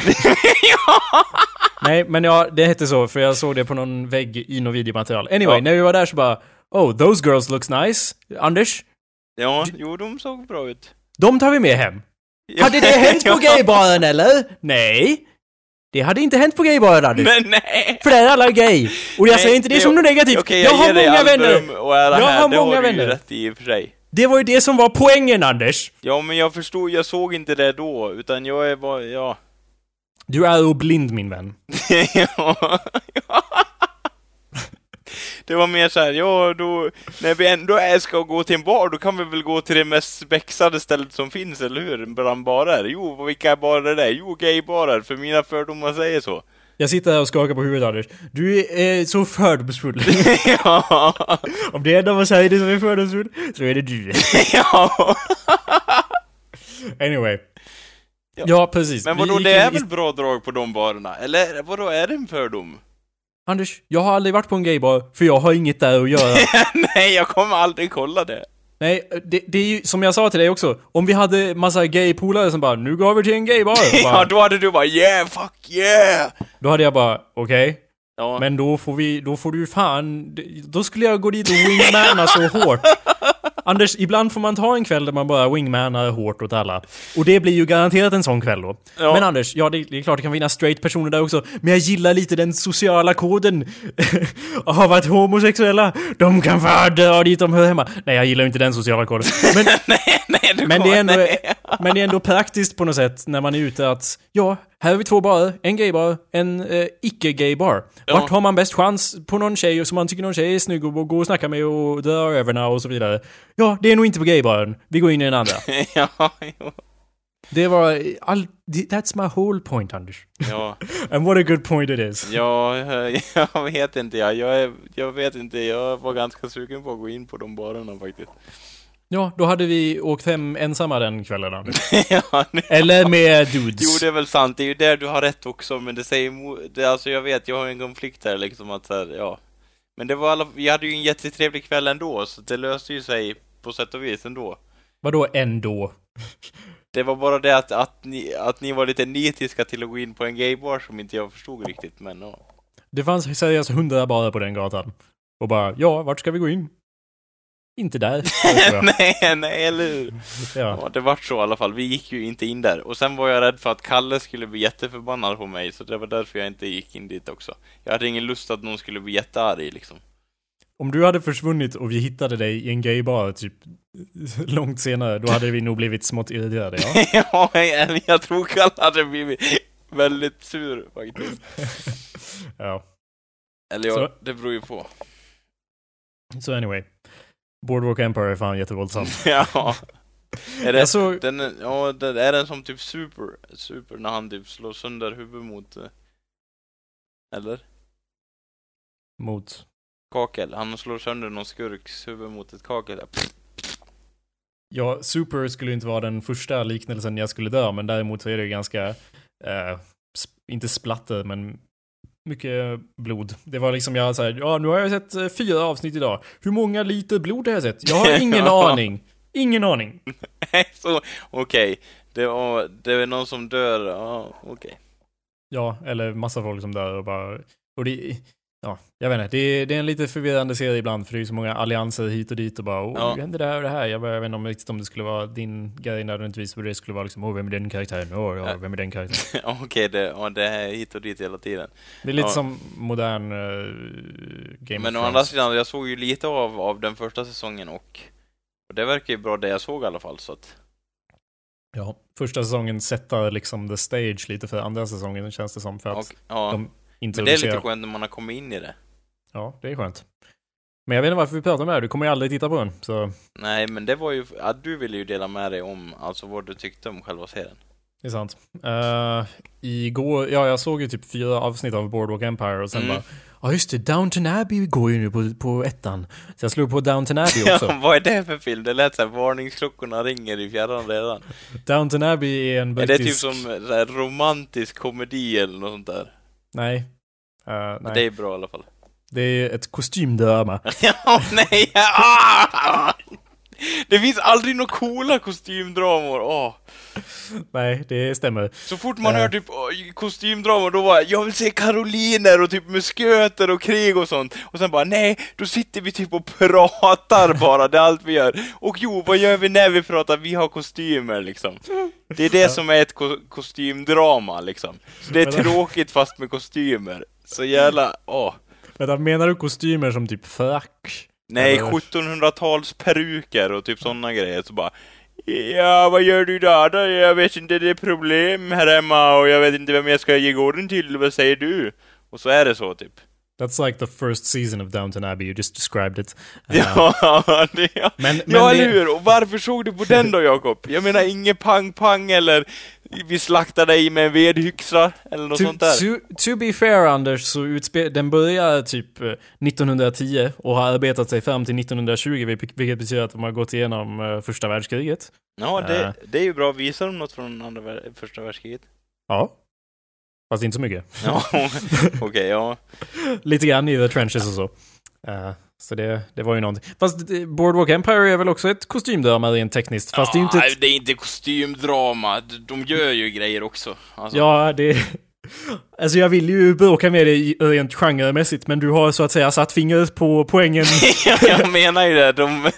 Nej, men ja, det hette så, för jag såg det på någon vägg i något videomaterial. Anyway,
Ja.
när vi var där så bara, oh, those girls looks nice. Anders,
Ja, jo, de såg bra ut.
de tar vi med hem.
Ja.
Hade det hänt på
Ja.
gaybaren eller? Nej. Det hade inte hänt på gaybaren Anders.
Men nej!
För där är alla gay. Och jag
Nej,
säger inte det,
det-
som något negativt.
Okej,
jag,
jag,
har
ger dig
många
all
vänner.
beröm och ära
Jag
här.
har
det
många
har du ju
vänner.
rätt i och för sig.
Det var ju det som var poängen Anders.
Ja, men jag förstod, jag såg inte det då, utan jag är bara, ja.
Du är oblind min vän.
ja. Det var mer så här, ja då, när vi ändå är, ska gå till en bar, då kan vi väl gå till det mest spexade stället som finns, eller hur? Bland barer. Jo, vilka barer det är? Jo, gaybarer, för mina fördomar säger så.
Jag sitter här och skakar på huvudet Anders. Du är eh, så fördomsfull.
ja.
Om det är någon som säger det som är fördomsfull, så är det du.
ja.
Anyway. Ja,
Ja.
precis.
Men
Vi
vadå,
gick
det
in
är
i-
väl bra drag på de barerna? Eller vadå, är det en fördom?
Anders, jag har aldrig varit på en gaybar, för jag har inget där att göra.
Nej, jag kommer aldrig kolla det.
Nej, det, det är ju som jag sa till dig också. Om vi hade massa gay-polare som bara 'Nu går vi till en gaybar' och
Ja,
bara,
då hade du bara 'Yeah, fuck yeah!'
Då hade jag bara 'Okej,
Ja,
men då får vi, då får du fan... Då skulle jag gå dit och wingmana så hårt. Anders, ibland får man ta en kväll där man bara wingmanar hårt åt alla. Och det blir ju garanterat en sån kväll då.
Ja.
Men Anders, ja det, det är klart det kan finnas straight personer där också. Men jag gillar lite den sociala koden av att homosexuella, de kan fan dra dit de hör hemma. Nej, jag gillar ju inte den sociala koden. Men,
nej, nej, du
Men det,
kommer,
är ändå,
nej.
men det är ändå praktiskt på något sätt när man är ute att ja, här har vi två barer, en gaybar, en eh, icke-gaybar. Vart har man bäst chans på någon tjej som man tycker någon tjej är snygg och gå och snacka med och dra överna och så vidare? Ja, det är nog inte på gaybaren. Vi går in i den andra.
ja, jo.
det var all, that's my whole point Anders.
ja,
And what a good point it is.
ja, eh, jag vet inte jag. Jag, är, jag vet inte, jag var ganska sugen på att gå in på de barerna faktiskt.
Ja, då hade vi åkt hem ensamma den kvällen Anders.
ja, nej.
Eller med dudes.
Jo, det är väl sant. Det är ju där du har rätt också, men det säger mo- det, Alltså, jag vet, jag har en konflikt där liksom att så här, ja. Men det var alla, vi hade ju en jättetrevlig kväll ändå, så det löste ju sig på sätt och vis ändå.
Vadå ändå?
Det var bara det att, att, ni, att ni var lite nitiska till att gå in på en gaybar som inte jag förstod riktigt, men ja.
Det fanns seriöst hundra barer på den gatan. Och bara, ja, vart ska vi gå in? Inte där. tror jag.
nej, nej, eller hur?
ja.
Ja, det vart så i alla fall. Vi gick ju inte in där. Och sen var jag rädd för att Kalle skulle bli jätteförbannad på mig, så det var därför jag inte gick in dit också. Jag hade ingen lust att någon skulle bli jättearg liksom.
Om du hade försvunnit och vi hittade dig i en gaybar typ långt senare, då hade vi nog blivit smått irriterade, ja.
ja, eller jag tror Kalle hade blivit väldigt sur faktiskt.
ja.
Eller ja,
Så-
det beror ju på.
Så anyway. Boardwalk Empire är fan jättevåldsam.
ja. Är det,
Jag såg,
den, är- ja, den, är den som typ super, super när han typ slår sönder huvudet mot... eh, Eller?
mot...
Kakel. Han slår sönder någon skurks huvud mot ett kakel.
Ja, Super skulle ju inte vara den första liknelsen jag skulle dö, men däremot så är det ju ganska... eh, sp- inte splatter, men mycket blod. Det var liksom jag såhär, ja nu har jag sett eh, fyra avsnitt idag. Hur många liter blod har jag sett? Jag har ingen
Ja.
aning. Ingen aning.
Nej, så okej. Det, var- det är någon som dör. Ja, okej.
Ja, eller massa folk som dör och bara... Och det, ja, jag vet inte. Det är, det är en lite förvirrande serie ibland för det är ju så många allianser hit och dit och bara oh,
Ja.
hur hände det här och det här? Jag, bara, jag vet inte om, riktigt om det skulle vara din grej nödvändigtvis, för det skulle vara liksom, oh, vem är den karaktären? Åh, ja,
Ja.
vem är den karaktären?
Okej, det, ja, det är hit och dit hela tiden.
Det är lite
Ja.
som modern eh, Game
Men å
of
andra
Thrones.
sidan, jag såg ju lite av, av den första säsongen och, och det verkar ju bra det jag såg i alla fall. Så att,
Ja, första säsongen sätter liksom the stage lite för andra säsongen känns det som. För att
och, ja.
de-
Men det är
introducera.
lite skönt när man har kommit in i det.
Ja, det är skönt. Men jag vet inte varför vi pratar om det här. Du kommer ju aldrig titta på den. Så
Nej, men det var ju... Ja, du ville ju dela med dig om alltså vad du tyckte om själva serien.
det är sant. Eh, igår, ja jag såg ju typ fyra avsnitt av Boardwalk Empire och sen
Mm.
bara Ja just det, Downton Abbey går ju nu på, på ettan. Så jag slog på Downton Abbey också.
Ja, vad är det för film? Det lät såhär, varningsklockorna ringer i fjärran redan.
Downton Abbey är en
Är
brittisk...
det typ som så här, romantisk komedi eller något sånt där?
Nej. Eh, nej.
Men Det är bra i alla fall.
Det är ett kostymdrama.
ja, nej! Ah! Det finns aldrig några coola kostymdramor. Åh.
Nej, det stämmer.
Så fort man
Eh.
hör typ åh, kostymdramor, då var jag vill se karoliner och typ musköter och krig och sånt. Och sen bara nej, då sitter vi typ och pratar bara, det är allt vi gör. Och jo, vad gör vi när vi pratar? Vi har kostymer liksom. Det är det som är ett ko- kostymdrama liksom. Så det är
Men-
tråkigt fast med kostymer. Så jävla, åh.
Vänta, menar du kostymer som typ frack?
Nej,
Eller-
1700-tals peruker och typ sådana grejer. Så bara Ja, vad gör du där då? Jag vet inte, det är problem här hemma och jag vet inte vem jag ska ge gården till. Vad säger du? Och så är det så, typ.
That's like the first season of Downton Abbey, you just described it. Eh,
Ja, det, ja.
Men, men
ja
det-
eller hur? Och varför såg du på den då, Jakob? Jag menar, inget pang-pang eller vi slaktar dig med en vedhyxa eller
Typ
något sånt där.
To, to be fair Anders, så utspe- den börjar typ eh, 1910 och har arbetat sig fram till 1920, vil- vilket betyder att de har gått igenom eh, första världskriget.
Ja,
Äh.
det, det är ju bra. Visar de något från andra vär- första världskriget?
Ja. Fast inte så mycket.
Ja, okej, ja.
Lite grann i the trenches och så. Eh, så det, det var ju någonting. Fast eh, Boardwalk Empire är väl också ett kostymdrama rent tekniskt, fast det är ju inte
Ja,
ett
det är inte kostymdrama. D- De gör ju grejer också. Alltså,
Ja, det... Alltså jag vill ju bråka med dig i- rent genremässigt, men du har så att säga satt fingret på poängen.
jag menar ju det. De,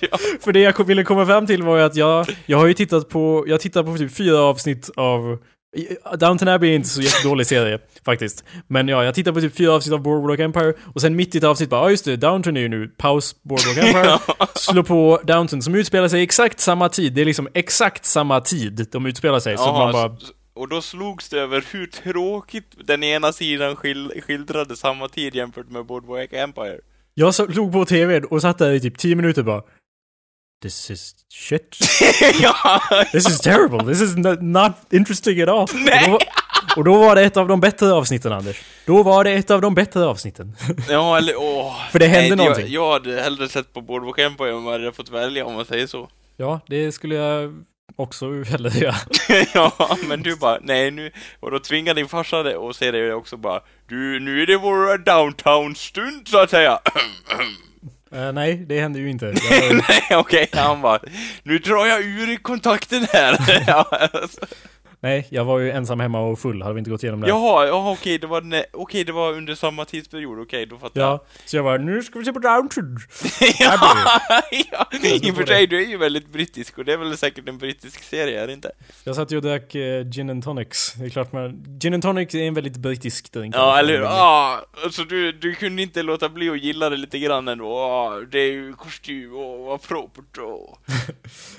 ja.
För det jag kom- ville komma fram till var ju att jag, jag har ju tittat på, jag tittar på typ fyra avsnitt av i- Downton Abbey är inte så jättedålig serie faktiskt. Men ja, jag tittar på typ fyra avsnitt av Boardwalk Empire och sen mitt i ett avsnitt bara, ja just det, Downton är ju nu, paus Boardwalk Empire. Slå på Downton som utspelar sig i exakt samma tid, det är liksom exakt samma tid de utspelar sig. så man
Jaha,
bara,
s- Och då slogs det över hur tråkigt den ena sidan skil- skildrade samma tid jämfört med Boardwalk Empire.
Jag så- slog på tvn och satt där i typ 10 minuter och bara This is shit.
ja,
This is terrible. This is not, not interesting at all. Och, då, och då var det ett av de bättre avsnitten Anders. Då var det ett av de bättre avsnitten.
ja, eller åh.
För det hände
Nej,
någonting.
Jag, jag hade hellre sett på Boardwalk Empire om jag hade fått välja, om man säger så.
Ja, det skulle jag också hellre göra.
ja, men du bara, nej nu, och då tvingar din farsa det och säger det också bara, du, nu är det vår downtown-stund så att säga.
Eh, nej, det hände ju inte. Jag,
Nej, okej, han bara Nu drar jag ur i kontakten här! Ja, alltså.
nej, jag var ju ensam hemma och full. Hade vi inte gått igenom det?
Jaha, jaha okej, det var, ne- okej, det var under samma tidsperiod, okej, då fattar jag.
Ja, så jag bara, nu ska vi se på Downton.
ja, ja. I och
får
för
det.
sig, du är ju väldigt brittisk och det är väl säkert en brittisk serie, är det inte?
Jag satt ju och drack eh, gin and tonics. Det är klart man... Gin and tonics är en väldigt brittisk drink.
Ja, eller hur? Ja, alltså du, du kunde inte låta bli att gilla det lite grann ändå. Ja, det är ju kostym och vad propert och...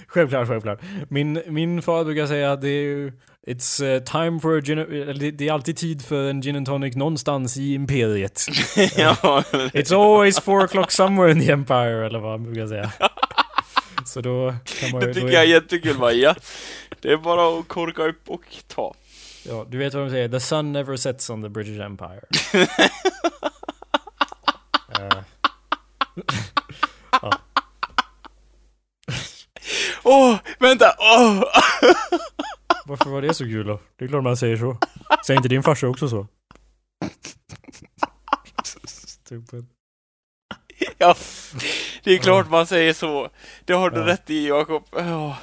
Självklart, självklart. Min, min far brukar säga att det är ju... It's eh, time for a gin... eller det- Det är alltid tid för en gin and tonic någonstans i imperiet.
ja,
It's always four o'clock somewhere in the empire, eller vad han brukar säga. Så då kan man ju... då
det tycker
är-
jag är jättekul, Maja. Det är bara att korka upp och ta.
ja, du vet vad de säger, the sun never sets on the British empire. Eh,
Åh, vänta! Åh!
varför var det så kul då? Det är klart man säger så. Säger inte din farsa också så? Stupid.
Ja, det är klart man säger så. Det har du rätt i, Jakob. Ja.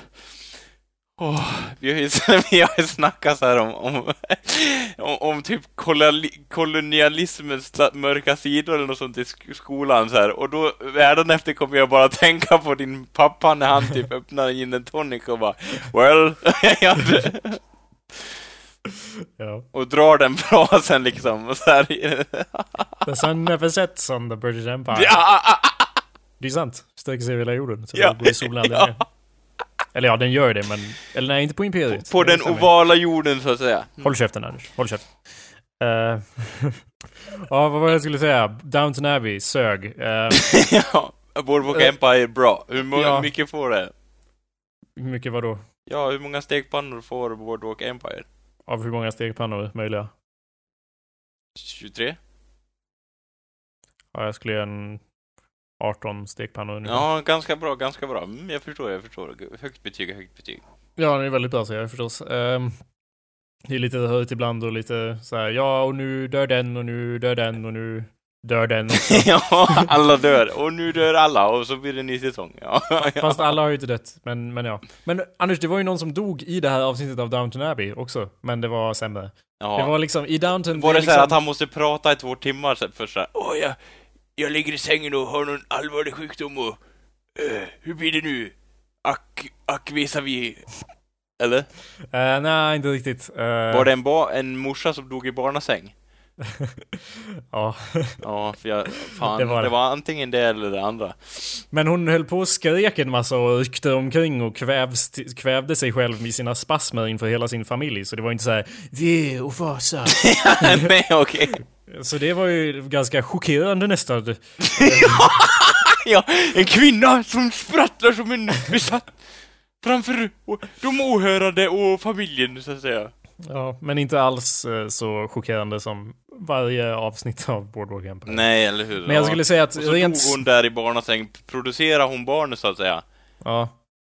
Åh, vi har ju vi har ju snackat så här om, om, om, om typ kolali- kolonialismens la- mörka sidor eller något sånt i sk- skolan så här. och då världen efter kommer jag bara tänka på din pappa när han typ öppnar en gin and tonic och bara well ja, det-
Ja.
och drar den frasen liksom så här.
The sun never sets on the British Empire.
Ja, ah,
Det är sant. Sträcker sig över hela jorden. Så
Ja.
då går ju solen aldrig
Ja.
ner. Eller ja, den gör det, men... Eller nej, inte på Imperiet.
på
Det
den
stämmer. Mm.
ovala jorden så att säga.
Håll käften, Anders. Håll käften. Eh, ja, vad var det jag skulle säga? Downton Abbey sög. Eh,
ja, Boardwalk
Eh,
Empire är bra. Hur må-
ja.
mycket får det?
hur mycket vadå?
Ja, hur många stekpannor får Boardwalk Empire?
Av hur många stekpannor möjliga?
23?
Ja, jag skulle ge en 18 stekpannor ungefär.
Ja, ganska bra, ganska bra. Mm, jag förstår, jag förstår. Högt betyg, högt betyg.
Ja, det är väldigt bra serier förstås. Ehm, det är lite högt ibland och lite så här, ja och nu dör den och nu dör den och nu dör den. också.
ja, alla dör. Och nu dör alla och så blir det en ny säsong. Ja,
Fast alla har ju inte dött, men, men ja. Men Anders, det var ju någon som dog i det här avsnittet av Downton Abbey också, men det var sämre.
ja.
Det var liksom i Downton...
Var det,
är
så här
liksom,
att han måste prata i två timmar sen för såhär Åh, jag, jag ligger i sängen och har någon allvarlig sjukdom och... eh, hur blir det nu? Ack, ack visavi... Eller?
Eh, nej, inte riktigt. Eh,
Var det en, ba- en morsa som dog i barnasäng?
ja.
Ja, för jag... Fan,
Det
det
var
var,
det.
antingen det eller det andra.
Men hon höll på och skrek en massa och ryckte omkring och kvävs, kvävde sig själv i sina spasmer inför hela sin familj. Så det var inte så här, ve och fasa.
Nej, okej.
Så det var ju ganska chockerande nästan.
Ja, en kvinna som sprattlar som en besatt framför å- de åhörande och familjen, så att säga.
Ja, men inte alls eh, så chockerande som varje avsnitt av Boardwalk Empire.
Nej, eller hur?
Men jag skulle säga att
Och så
rent...
dog hon där i barnasäng. Producerar hon barnet, så att säga?
Ja,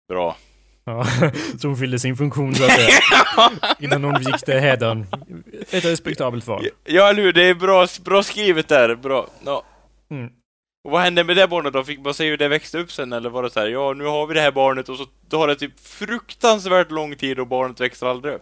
Bra.
ja. Så hon fyllde sin funktion så att säga. Innan hon gick till hädan. Ett respektabelt val.
Ja, eller hur? Det är bra, bra skrivet där. Bra. Ja.
Mm.
Och vad hände med det barnet då? Fick man se hur det växte upp sen, eller var det så här, ja, nu har vi det här barnet och så tar det typ fruktansvärt lång tid och barnet växer aldrig upp?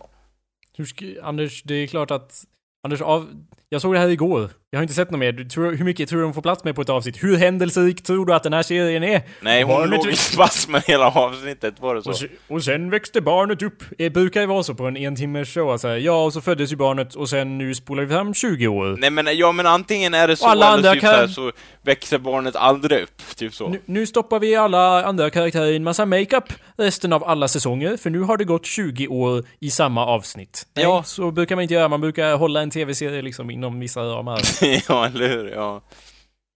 Hur sk- Anders, det är klart att... Anders, av... jag såg det här igår. Jag har inte sett något mer. Du tror... Hur mycket tror du hon får plats med på ett avsnitt? Hur händelserikt tror du att den här serien är?
Nej, hon
Barnet
låg
är-
i spasmer hela avsnittet, var det så?
Och, se- och sen växte barnet upp. Det brukar ju vara så på en en timmes show. Alltså. Ja, och så föddes ju barnet och sen nu spolar vi fram 20 år.
Nej men, ja men antingen är det så,
Och alla andra
eller typ
kan-
så, här, så växer barnet aldrig upp, typ så.
Nu, nu stoppar vi alla andra karaktärer i en massa makeup resten av alla säsonger, för nu har det gått 20 år i samma avsnitt. Nej,
Ja.
Så brukar man inte göra, man brukar hålla en tv-serie liksom inom vissa ramar.
ja, eller hur? Ja.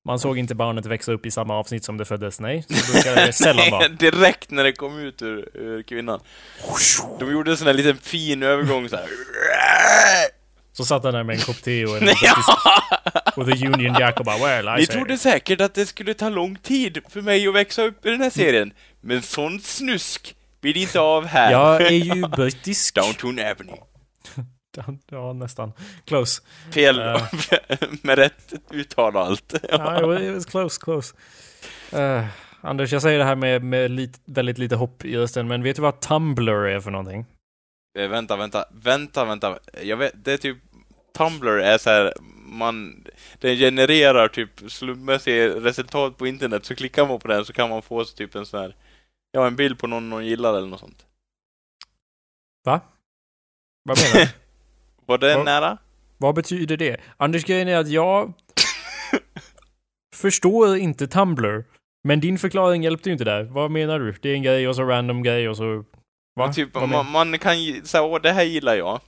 Man såg inte barnet växa upp i samma avsnitt som det föddes, nej. Så brukar det sällan vara.
direkt när det kom ut ur, ur kvinnan. De gjorde en sån här liten fin övergång så här.
Så satt han där med en kopp te och en
Nej, ja.
och the Union Jack och bara well, I
Ni
say.
trodde säkert att det skulle ta lång tid för mig att växa upp i den här serien, men sån snusk blir det inte av här.
Jag är ju brittisk.
Downton Avenue.
Ja, nästan. Close.
Fel,
Ja.
med rätt uttal och allt.
Ja, it was- it was close, close. Eh, Anders, jag säger det här med, med lit, väldigt lite hopp i rösten, men vet du vad Tumblr är för någonting?
Eh, vänta, vänta, vänta, vänta. Jag vet, det är typ... Tumblr är så här, man... Den genererar typ slumpmässiga resultat på internet, så klickar man på den så kan man få så typ en sån här... Ja, en bild på någon någon gillar eller något sånt.
Vad menar du?
Var det
Vad-
nära?
Vad betyder det? Anders, grejen är att jag förstår inte Tumblr, men din förklaring hjälpte ju inte där. Vad menar du? Det är en grej och så random grej och så... Va?
Typ,
Vad
man,
men-
man kan ju säga åh det här gillar jag.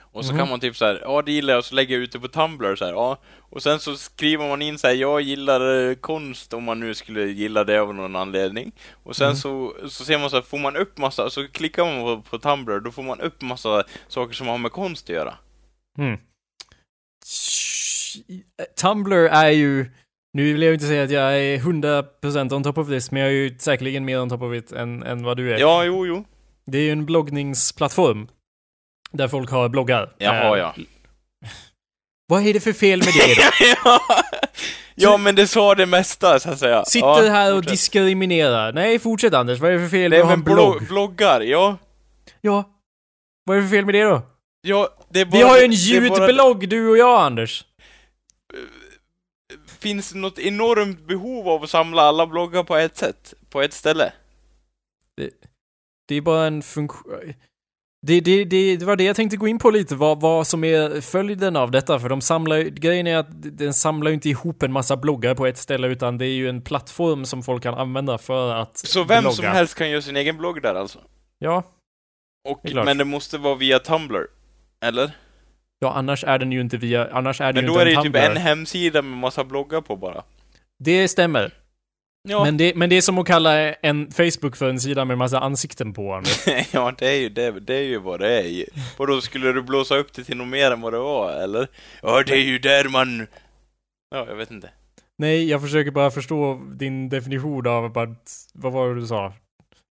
Och så
Mhm.
kan man typ så här, ja det gillar jag, och så lägger jag ut det på Tumblr så här, ja. Och sen så skriver man in så här, jag gillar eh, konst om man nu skulle gilla det av någon anledning. Och sen
Mm.
så, så ser man så här, får man upp massa, så klickar man på, på Tumblr, då får man upp massa saker som har med konst att göra.
Mm. Tumblr är ju... Nu vill jag ju inte säga att jag är 100% on top of this, men jag är ju säkerligen mer on top of it än, än vad du är.
Ja, jo, jo.
Det är ju en bloggningsplattform. Där folk har bloggar.
Jaha,
Eh,
ja.
Vad är det för fel med det då?
ja, men det sa det mesta, så att säga.
Sitter
ja,
här och
fortsätt.
diskriminerar. Nej, fortsätt Anders. Vad är det för fel med
Nej,
att ha en
men
blogg?
blogg. bloggar, ja.
Ja. Vad är det för fel med det då?
Ja, det är bara...
Vi har ju en
det är bara-
ljudblogg, du och jag Anders.
finns det något enormt behov av att samla alla bloggar på ett sätt, på ett ställe.
Det är bara en funktion... Det, det, det, det var det jag tänkte gå in på lite, vad, vad som är följden av detta. För de samlar ju- grejen är att den samlar ju inte ihop en massa bloggar på ett ställe, utan det är ju en plattform som folk kan använda för att
Så vem
blogga.
som helst kan göra sin egen blogg där alltså.
Ja,
Och,
Det är klart.
men det måste vara via Tumblr. Eller?
Ja, annars är den ju inte via... Annars är det
Men
ju
då
inte
är det ju
en
typ
Tumblr.
en hemsida med massa bloggar på bara.
Det stämmer.
Ja,
Men, det, men det är som att kalla en Facebook för en sida med massa ansikten på. Anders.
ja det, är ju, det, det är ju vad det är ju. Och då skulle du blåsa upp det till något mer än vad det var, eller? Ja, det är ju där man... Ja, jag vet inte.
Nej, jag försöker bara förstå din definition av att... Vad var det du sa?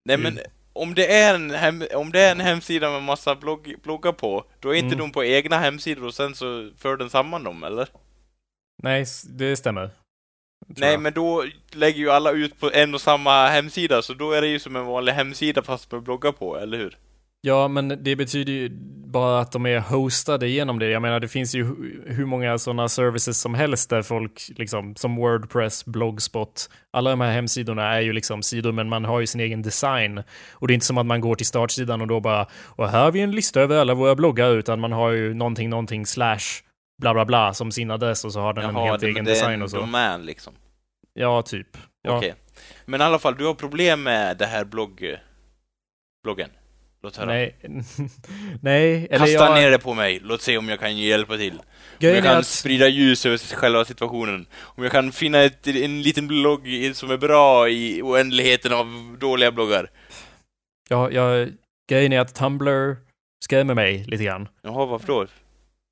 Nej men,
Mm.
om det är en, hem, om det är en hemsida med massa blogg, bloggar på, då är inte
Mm.
de på egna hemsidor och sen så för den samman dem, eller?
Nej, s- det stämmer. Tror
Nej
jag.
men då lägger ju alla ut på en och samma hemsida, så då är det ju som en vanlig hemsida fast med bloggar på, eller hur?
Ja, men det betyder ju bara att de är hostade genom det. Jag menar, det finns ju hu- hur många sådana services som helst där folk, liksom, som Wordpress, Blogspot, alla de här hemsidorna är ju liksom sidor, men man har ju sin egen design. Och det är inte som att man går till startsidan och då bara, och här har vi en lista över alla våra bloggar, utan man har ju någonting, någonting, slash, bla bla bla, som sin adress och så har den en helt
det,
egen
det är
design
en
och så.
domän liksom.
Ja, typ. Ja.
Okej. Men i alla fall, du har problem med det här blogg... eh, bloggen? Låt höra.
Nej. Nej, eller
Kasta
jag...
ner det på mig, låt se om jag kan hjälpa till. Om jag
Grejen är
kan
att...
sprida ljus över själva situationen. Om jag kan finna ett, en liten blogg i- som är bra i oändligheten av dåliga bloggar.
Ja, jag, grejen är att Tumblr skrämmer mig lite grann.
Jaha, varför då?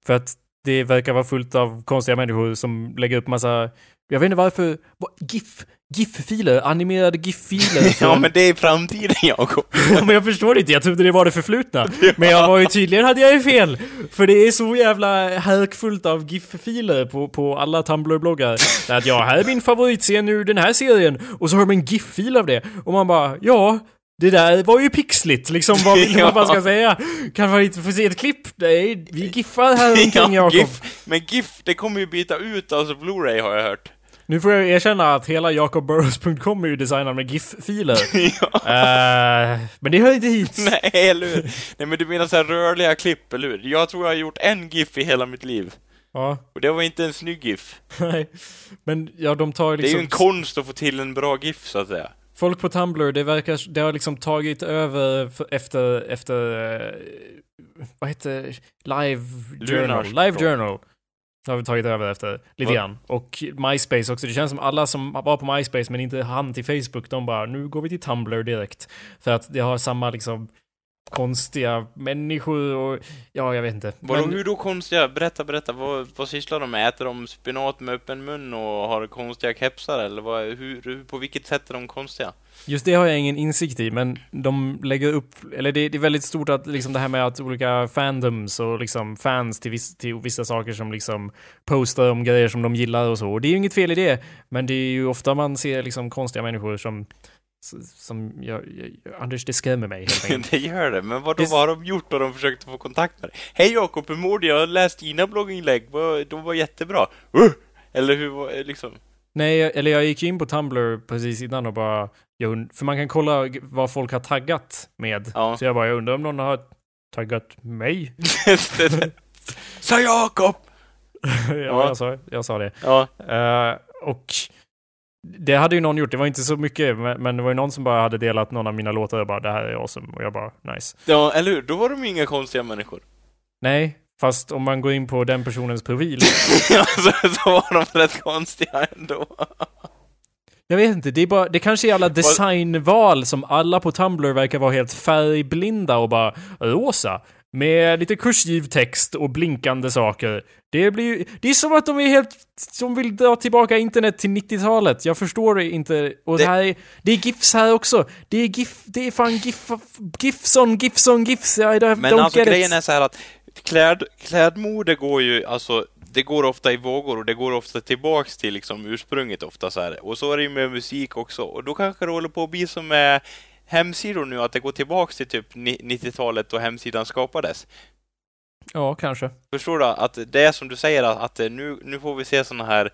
För att det verkar vara fullt av konstiga människor som lägger upp massa... Jag vet inte varför... vad- GIF? GIF-filer? Animerade GIF-filer?
Ja,
från-
men det är framtiden, Jakob.
Ja, men jag förstår inte, jag trodde det var det förflutna. Men jag var ju tydligen hade jag ju fel. För det är så jävla härkfullt av GIF-filer på, på alla Tumblr-bloggar. Så Att ja, här är min favoritscen ur den här serien. Och så har de en GIF-fil av det. Och man bara, ja. Det där var ju pixligt, liksom vad vill man man ska säga? Kan man inte få se ett klipp? Nej, vi giffar här omkring
Ja,
Jakob.
GIF. Men GIF, det kommer ju byta ut alltså Blu-ray har jag hört.
Nu får jag erkänna att hela jakobburrows.com är ju designad med GIF-filer.
ja,
Eh, men det hör inte hit.
nej, eller hur? Nej, men du menar så här rörliga klipp, eller hur? Jag tror jag har gjort en GIF i hela mitt liv.
Ja,
Och det var inte en snygg GIF.
nej. Men ja, de tar
Det är ju
liksom...
en konst att få till en bra GIF, så att säga.
Folk på Tumblr, det verkar, det har liksom tagit över f- efter, efter, eh, vad heter Live Journal?
Lunars-
Live Journal. Det har vi tagit över efter, lite
Ja.
grann. Och MySpace också, det känns som alla som var på MySpace men inte hann till Facebook, de bara, nu går vi till Tumblr direkt. För att det har samma liksom konstiga människor och, ja jag vet inte.
Vadå,
Men-
hur då konstiga? Berätta, berätta. Vad, vad sysslar de med? Äter de spenat med öppen mun och har konstiga kepsar, eller vad, hur, hur, på vilket sätt är de konstiga?
Just det har jag ingen insikt i, men de lägger upp, eller det, det är väldigt stort att liksom det här med att olika fandoms och liksom fans till, viss, till vissa saker som liksom postar om grejer som de gillar och så. Och det är ju inget fel i det, men det är ju ofta man ser liksom konstiga människor som, som jag, jag, Anders, det skrämmer mig helt enkelt.
det gör det, men vadå,
Det-
vad har de gjort då de försökt få kontakt med dig? Hej Jakob, hur mår du? Jag har läst dina blogginlägg, Vad- de var jättebra. Uh! Eller hur, var- liksom?
Nej, jag- eller jag gick ju in på Tumblr precis innan och bara, jag und- för man kan kolla g- vad folk har taggat med.
Ja.
Så jag bara, jag undrar om någon har taggat mig?
Sa Jakob!
ja,
Ja.
Jag, sa, jag sa det.
Ja,
Eh, och det hade ju någon gjort, det var inte så mycket, men, men det var ju någon som bara hade delat någon av mina låtar och bara det här är awesome och jag bara nice.
ja, eller hur? Då var de ju inga konstiga människor.
Nej, fast om man går in på den personens profil.
alltså, så var de rätt konstiga ändå.
jag vet inte, det är bara, det kanske är alla designval som alla på Tumblr verkar vara helt färgblinda och bara rosa. Med lite kursiv text och blinkande saker. Det blir ju, det är som att de är helt, som vill dra tillbaka internet till 90-talet. Jag förstår det inte. Och det,
Det-
här är, det är GIFs här också. Det är GIF, det är fan GIF, GIFson, GIFson, GIFs. I don't,
Men
don't
alltså
get
grejen
it.
är så här att kläd, klädmode går ju, alltså det går ofta i vågor och det går ofta tillbaks till liksom ursprunget ofta så här. Och så är det ju med musik också. Och då kanske det håller på att bli som med hemsidor nu, att det går tillbaks till typ ni- 90-talet då hemsidan skapades.
Ja, kanske.
Förstår du? Att det är som du säger, att, att eh, nu, nu får vi se såna här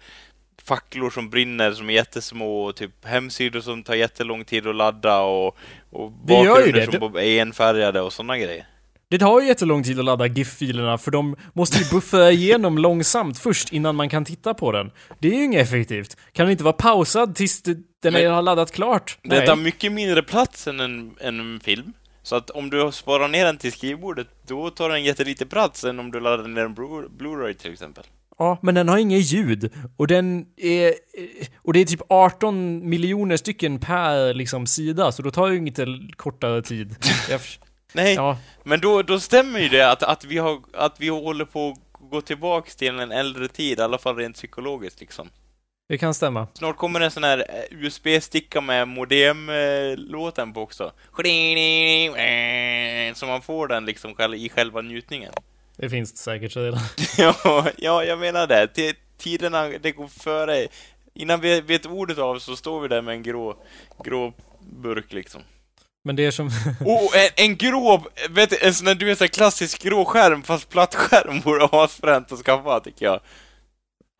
facklor som brinner som är jättesmå och typ hemsidor som tar jättelång tid att ladda och, och
Det gör ju
bakgrunder
det.
som är enfärgade och sådana grejer.
Det tar ju jättelång tid att ladda GIF-filerna för de måste ju buffra igenom långsamt först innan man kan titta på den. Det är ju inget effektivt. Kan den inte vara pausad tills det- den
Men-
har laddat klart?
Det
Nej.
tar mycket mindre plats än en, än en film. Så att om du sparar ner den till skrivbordet, då tar den jättelite plats än om du laddar ner en Blu- Blu-ray till exempel.
Ja, men den har inget ljud. Och den är... Och det är typ 18 miljoner stycken per liksom, sida, så då tar ju inte kortare tid. Jag, förs-
Nej,
ja,
men då, då stämmer ju det att, att, vi har, att vi håller på att gå tillbaks till en äldre tid, i alla fall rent psykologiskt liksom.
det kan stämma.
Snart kommer en sån här eh, USB-sticka med modem-låten på också. Så man får den liksom själv- i själva njutningen.
Det finns det säkert redan.
Ja, ja, jag menar det. T- Tiderna, det går före. Innan vi vet ordet av så står vi där med en grå, grå burk liksom.
Men det är som...
Oh, en, en grå, vet du, en sån där, du vet, så här klassisk grå skärm fast platt skärm vore asfränt att skaffa tycker jag.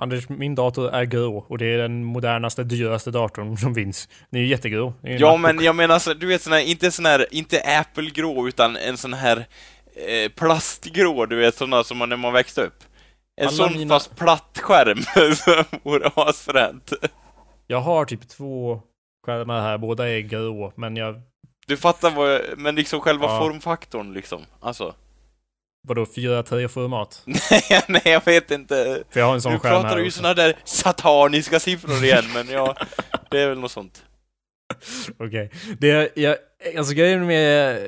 Anders, min dator är grå och det är den modernaste, dyraste datorn som finns. Den är ju jättegrå. Det är ju en
Ja
Macbook.
men jag menar så, du vet sån här, inte sån här, inte Apple-grå utan en sån här eh, plastgrå, du vet såna som man när man växte upp. En
Alla
sån
mina-
fast platt skärm som vore asfränt.
Jag har typ två skärmar här, båda är grå, men jag...
Du fattar vad jag, men liksom själva
Ja.
formfaktorn liksom, alltså.
Vadå, 4-3-format?
Nej, nej jag vet inte.
För jag har en
Nu
sån skärm
pratar du
här
ju
också.
såna där sataniska siffror igen, men ja, det är väl något sånt. Eh,
Okej. Det, jag, alltså grejen med,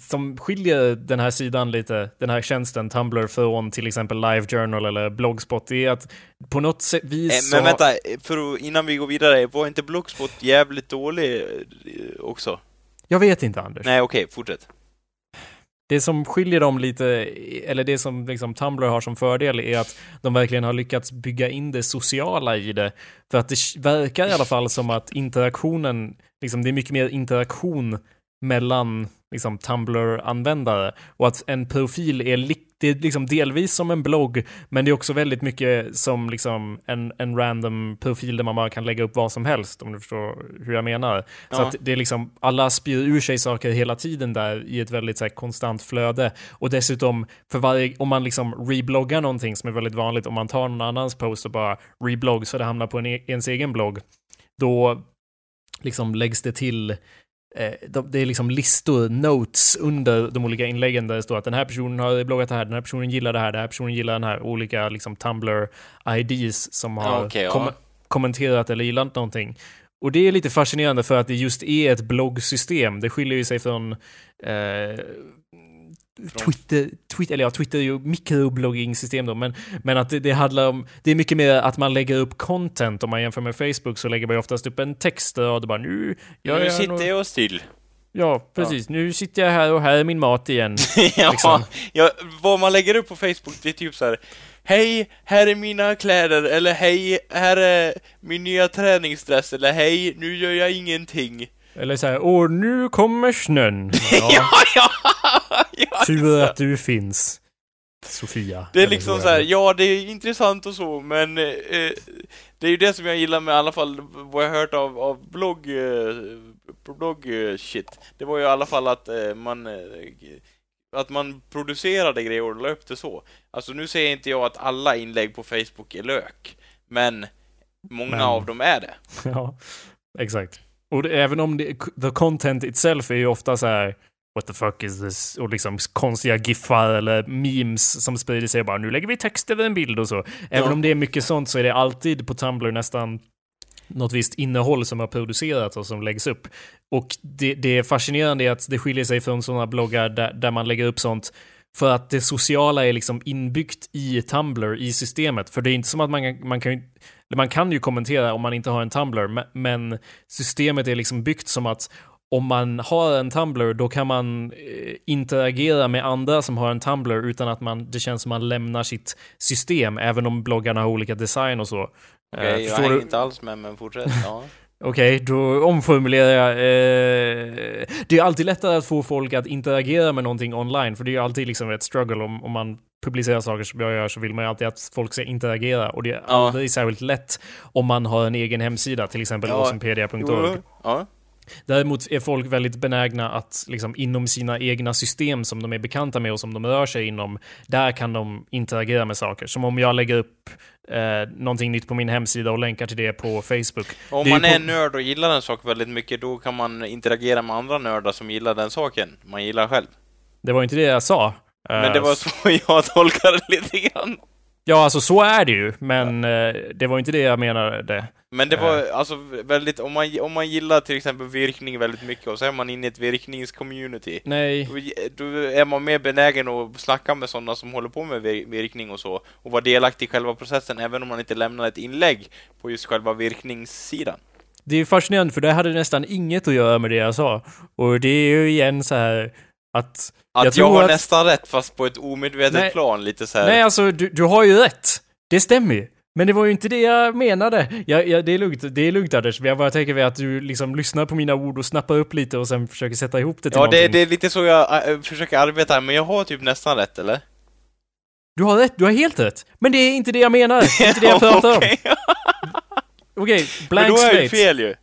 som skiljer den här sidan lite, den här tjänsten Tumblr från till exempel LiveJournal eller Blogspot, det är att på något sätt vis
Eh,
så-
Men vänta, för att, innan vi går vidare, var inte Blockspot jävligt dålig eh, också?
Jag vet inte Anders.
Nej okej, fortsätt.
Det som skiljer dem lite, eller det som liksom Tumblr har som fördel är att de verkligen har lyckats bygga in det sociala i det. För att det verkar i alla fall som att interaktionen, liksom det är mycket mer interaktion mellan liksom Tumblr-användare och att en profil är, lik- det är liksom delvis som en blogg men det är också väldigt mycket som liksom en, en random profil där man bara kan lägga upp vad som helst om du förstår hur jag menar. Så
Ja.
att det är liksom, alla spyr ur sig saker hela tiden där i ett väldigt så här, konstant flöde och dessutom för varje, om man liksom rebloggar någonting som är väldigt vanligt om man tar någon annans post och bara reblogg så det hamnar på en, e- ens egen blogg då liksom läggs det till eh, de, det är liksom listor, notes under de olika inläggen där det står att den här personen har bloggat det här, den här personen gillar det här, den här personen gillar den här, olika liksom Tumblr-IDs som har
Ja, okej, ja.
kom- kommenterat eller gillat någonting. Och det är lite fascinerande för att det just är ett bloggsystem. Det skiljer ju sig från eh, Twitter, Twitter, eller ja, Twitter är ju mikrobloggingsystem då, men, men att det, det handlar om, det är mycket mer att man lägger upp content om man jämför med Facebook så lägger man ju oftast upp en textrad och bara nu, jag
nu
är
sitter
nog-
jag still.
Ja, precis. Nu sitter jag här och här är min mat igen.
ja,
Liksom.
ja, vad man lägger upp på Facebook, det är typ så här. Hej, här är mina kläder, eller hej, här är min nya träningsdress, eller hej, nu gör jag ingenting.
Eller så här, åh, nu kommer snön. Ja,
ja, ja.
tur att du finns. Sofia.
Det är
Eller
liksom
hur
så här, ja det är intressant och så, men eh, det är ju det som jag gillar med i alla fall vad jag hört av, av blogg, eh, blogg eh, shit. Det var ju i alla fall att eh, man eh, att man producerade grejer och la upp det så. Alltså nu säger inte jag att alla inlägg på Facebook är lök, men många
Men-
av dem är det.
Ja, exakt. Och det, även om det, the content itself är ju ofta så här What the fuck is this? Och liksom konstiga giffar eller memes som sprider sig och bara nu lägger vi text över en bild och så. Även
Ja.
om det är mycket sånt så är det alltid på Tumblr nästan något visst innehåll som har producerats och som läggs upp. Och det, det är fascinerande är att det skiljer sig från sådana bloggar där, där man lägger upp sånt för att det sociala är liksom inbyggt i Tumblr, i systemet. För det är inte som att man, kan- man kan ju eller man kan ju kommentera om man inte har en Tumblr, me- men systemet är liksom byggt som att om man har en Tumblr, då kan man eh, interagera med andra som har en Tumblr utan att man, det känns som man lämnar sitt system, även om bloggarna har olika design och så. Eh, förstår du?
alls med, men fortsätt. Ja.
Okej, då omformulerar jag. Eh, det är alltid lättare att få folk att interagera med någonting online, för det är ju alltid liksom ett struggle om, om man publicerar saker som jag gör så vill man ju alltid att folk ska interagera och det är aldrig särskilt lätt om man har en egen hemsida, till exempel
Ja.
awesomepedia.org.
ja.
Däremot är folk väldigt benägna att liksom, inom sina egna system som de är bekanta med och som de rör sig inom, där kan de interagera med saker. Som om jag lägger upp eh, någonting nytt på min hemsida och länkar till det på Facebook.
Om
Det är
man
ju
är
på-
nörd och gillar en sak väldigt mycket, då kan man interagera med andra nördar som gillar den saken man gillar själv.
Det var inte det jag sa.
Men det
Eh,
var så jag tolkade det lite grann.
Ja, alltså så är det ju, men eh, det var inte det jag menade.
Men det var
Eh.
alltså väldigt, om man, om man gillar till exempel virkning väldigt mycket och så är man inne i ett virkningscommunity,
Nej.
då, då är man mer benägen att snacka med sådana som håller på med vir- virkning och så, och vara delaktig i själva processen, även om man inte lämnar ett inlägg på just själva virkningssidan.
Det är fascinerande, för det hade nästan inget att göra med det jag sa. Och det är ju igen så här att...
Att jag,
tror
har
att-
nästan rätt, fast på ett omedvetet
Nej.
plan, lite så här.
Nej, alltså du, du har ju rätt. Det stämmer ju. Men det var ju inte det jag menade. Jag, jag, det, är lugnt, det är lugnt Anders, men jag bara tänker mig att du liksom lyssnar på mina ord och snappar upp lite och sen försöker sätta ihop det till
Ja, det,
någonting.
det är lite så jag äh, försöker arbeta här, men jag har typ nästan rätt, eller?
Du har rätt, du har helt rätt. Men det är inte det jag menar, det är inte det jag pratar
Okej.
om. Okej,
Men
blank
då har jag ju
slate.
fel ju.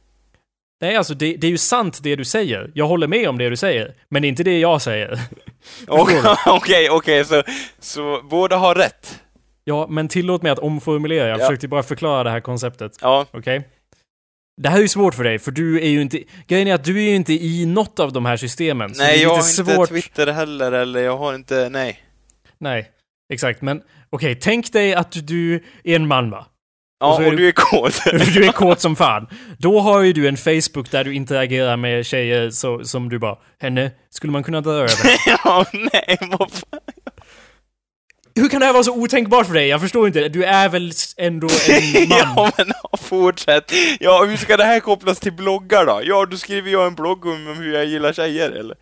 Nej, alltså det, det är ju sant det du säger. Jag håller med om det du säger, men det är inte det jag säger.
Okej, okej, okej, så, så båda har rätt.
Ja, men tillåt mig att omformulera. Jag
Ja.
försökte bara förklara det här konceptet.
Ja,
Okej? Det här är ju svårt för dig, för du är ju inte... Grejen är att du är ju inte i något av de här systemen. så det
nej,
är
jag har
lite
inte
svårt.
Twitter heller, eller jag har inte, nej.
Nej, exakt. Men okej, tänk dig att du är en man, va? Och
Ja,
så
och,
är du-
du är kåt.
Du är kåt som fan. Då har ju du en Facebook där du interagerar med tjejer så, som du bara, henne skulle man kunna dra över.
ja, nej, vad fan.
Hur kan det här vara så otänkbart för dig? Jag förstår inte. Du är väl s- ändå en man?
Ja, men ja, fortsätt. Ja, hur ska det här kopplas till bloggar då? Ja, då skriver jag en blogg om om hur jag gillar tjejer, eller?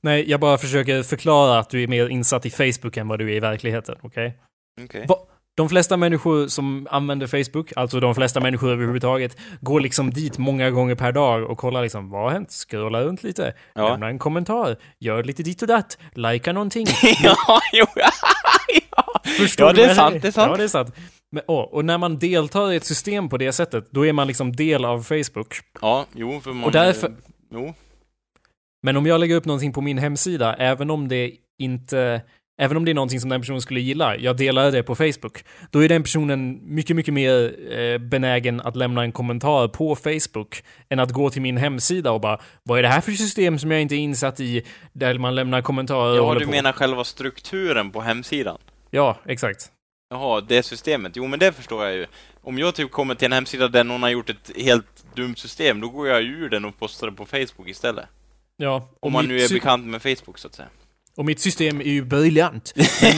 Nej, jag bara försöker förklara att du är mer insatt i Facebook än vad du är i verkligheten, okej?
Okej.
Va- De flesta människor som använder Facebook, alltså de flesta människor överhuvudtaget, går liksom dit många gånger per dag och kollar liksom vad har hänt? Scrolla runt lite,
Ja.
lämna en kommentar, gör lite ditt och datt, likea någonting.
Ja, jo,
Förstår
Ja,
du
det är
vad jag
sant,
säger?
det är sant.
Ja, det är sant. Men, åh, och när man deltar i ett system på det sättet, då är man liksom del av Facebook.
ja, jo, för man...
Och därför-
Jo.
Men om jag lägger upp någonting på min hemsida, även om det inte Även om det är någonting som den personen skulle gilla, jag delar det på Facebook, då är den personen mycket, mycket mer eh, benägen att lämna en kommentar på Facebook än att gå till min hemsida och bara Vad är det här för system som jag inte är insatt i? Där man lämnar kommentarer och
Ja,
håller
du
på."
menar själva strukturen på hemsidan?
Ja, exakt.
Jaha, det systemet. Jo, men det förstår jag ju. Om jag typ kommer till en hemsida där någon har gjort ett helt dumt system, då går jag ju ur den och postar det på Facebook istället.
Ja, och
Om man
mitt
nu är
sy-
bekant med Facebook, så att säga.
Och mitt system är ju briljant.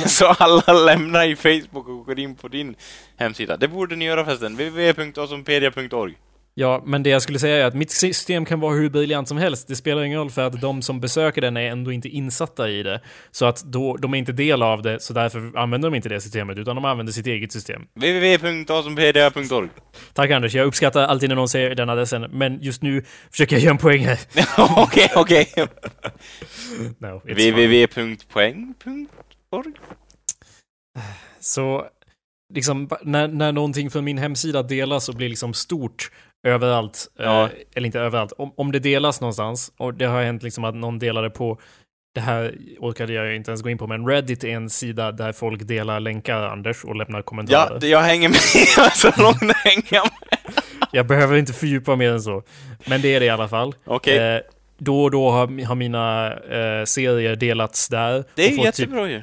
så alla lämnar ju Facebook och går in på din hemsida. Det borde ni göra förresten. www.asompedia.org
Ja, men det jag skulle säga är att mitt system kan vara hur briljant som helst. Det spelar ingen roll för att de som besöker den är ändå inte insatta i det. Så att då, de är inte del av det, så därför använder de inte det systemet, utan de använder sitt eget system.
www.asompedia.org
Tack Anders, jag uppskattar alltid när någon säger den adressen, men just nu försöker jag göra en poäng här.
Okej, okej.
No, it's fine.
www.poäng.org
Så liksom, ba- när, när någonting från min hemsida delas och blir liksom stort överallt,
Ja.
eh, eller inte överallt, om, om det delas någonstans, och det har hänt liksom att någon delade på, det här orkade jag ju inte ens gå in på, men Reddit är en sida där folk delar länkar, Anders, och lämnar kommentarer.
Ja, det- jag hänger med. så långt hänger jag med.
Jag behöver inte fördjupa mer än så, men det är det i alla fall.
Okej.
Eh, då och då har, har mina eh, serier delats där.
Det är
och
ju
fått typ-
jättebra ju.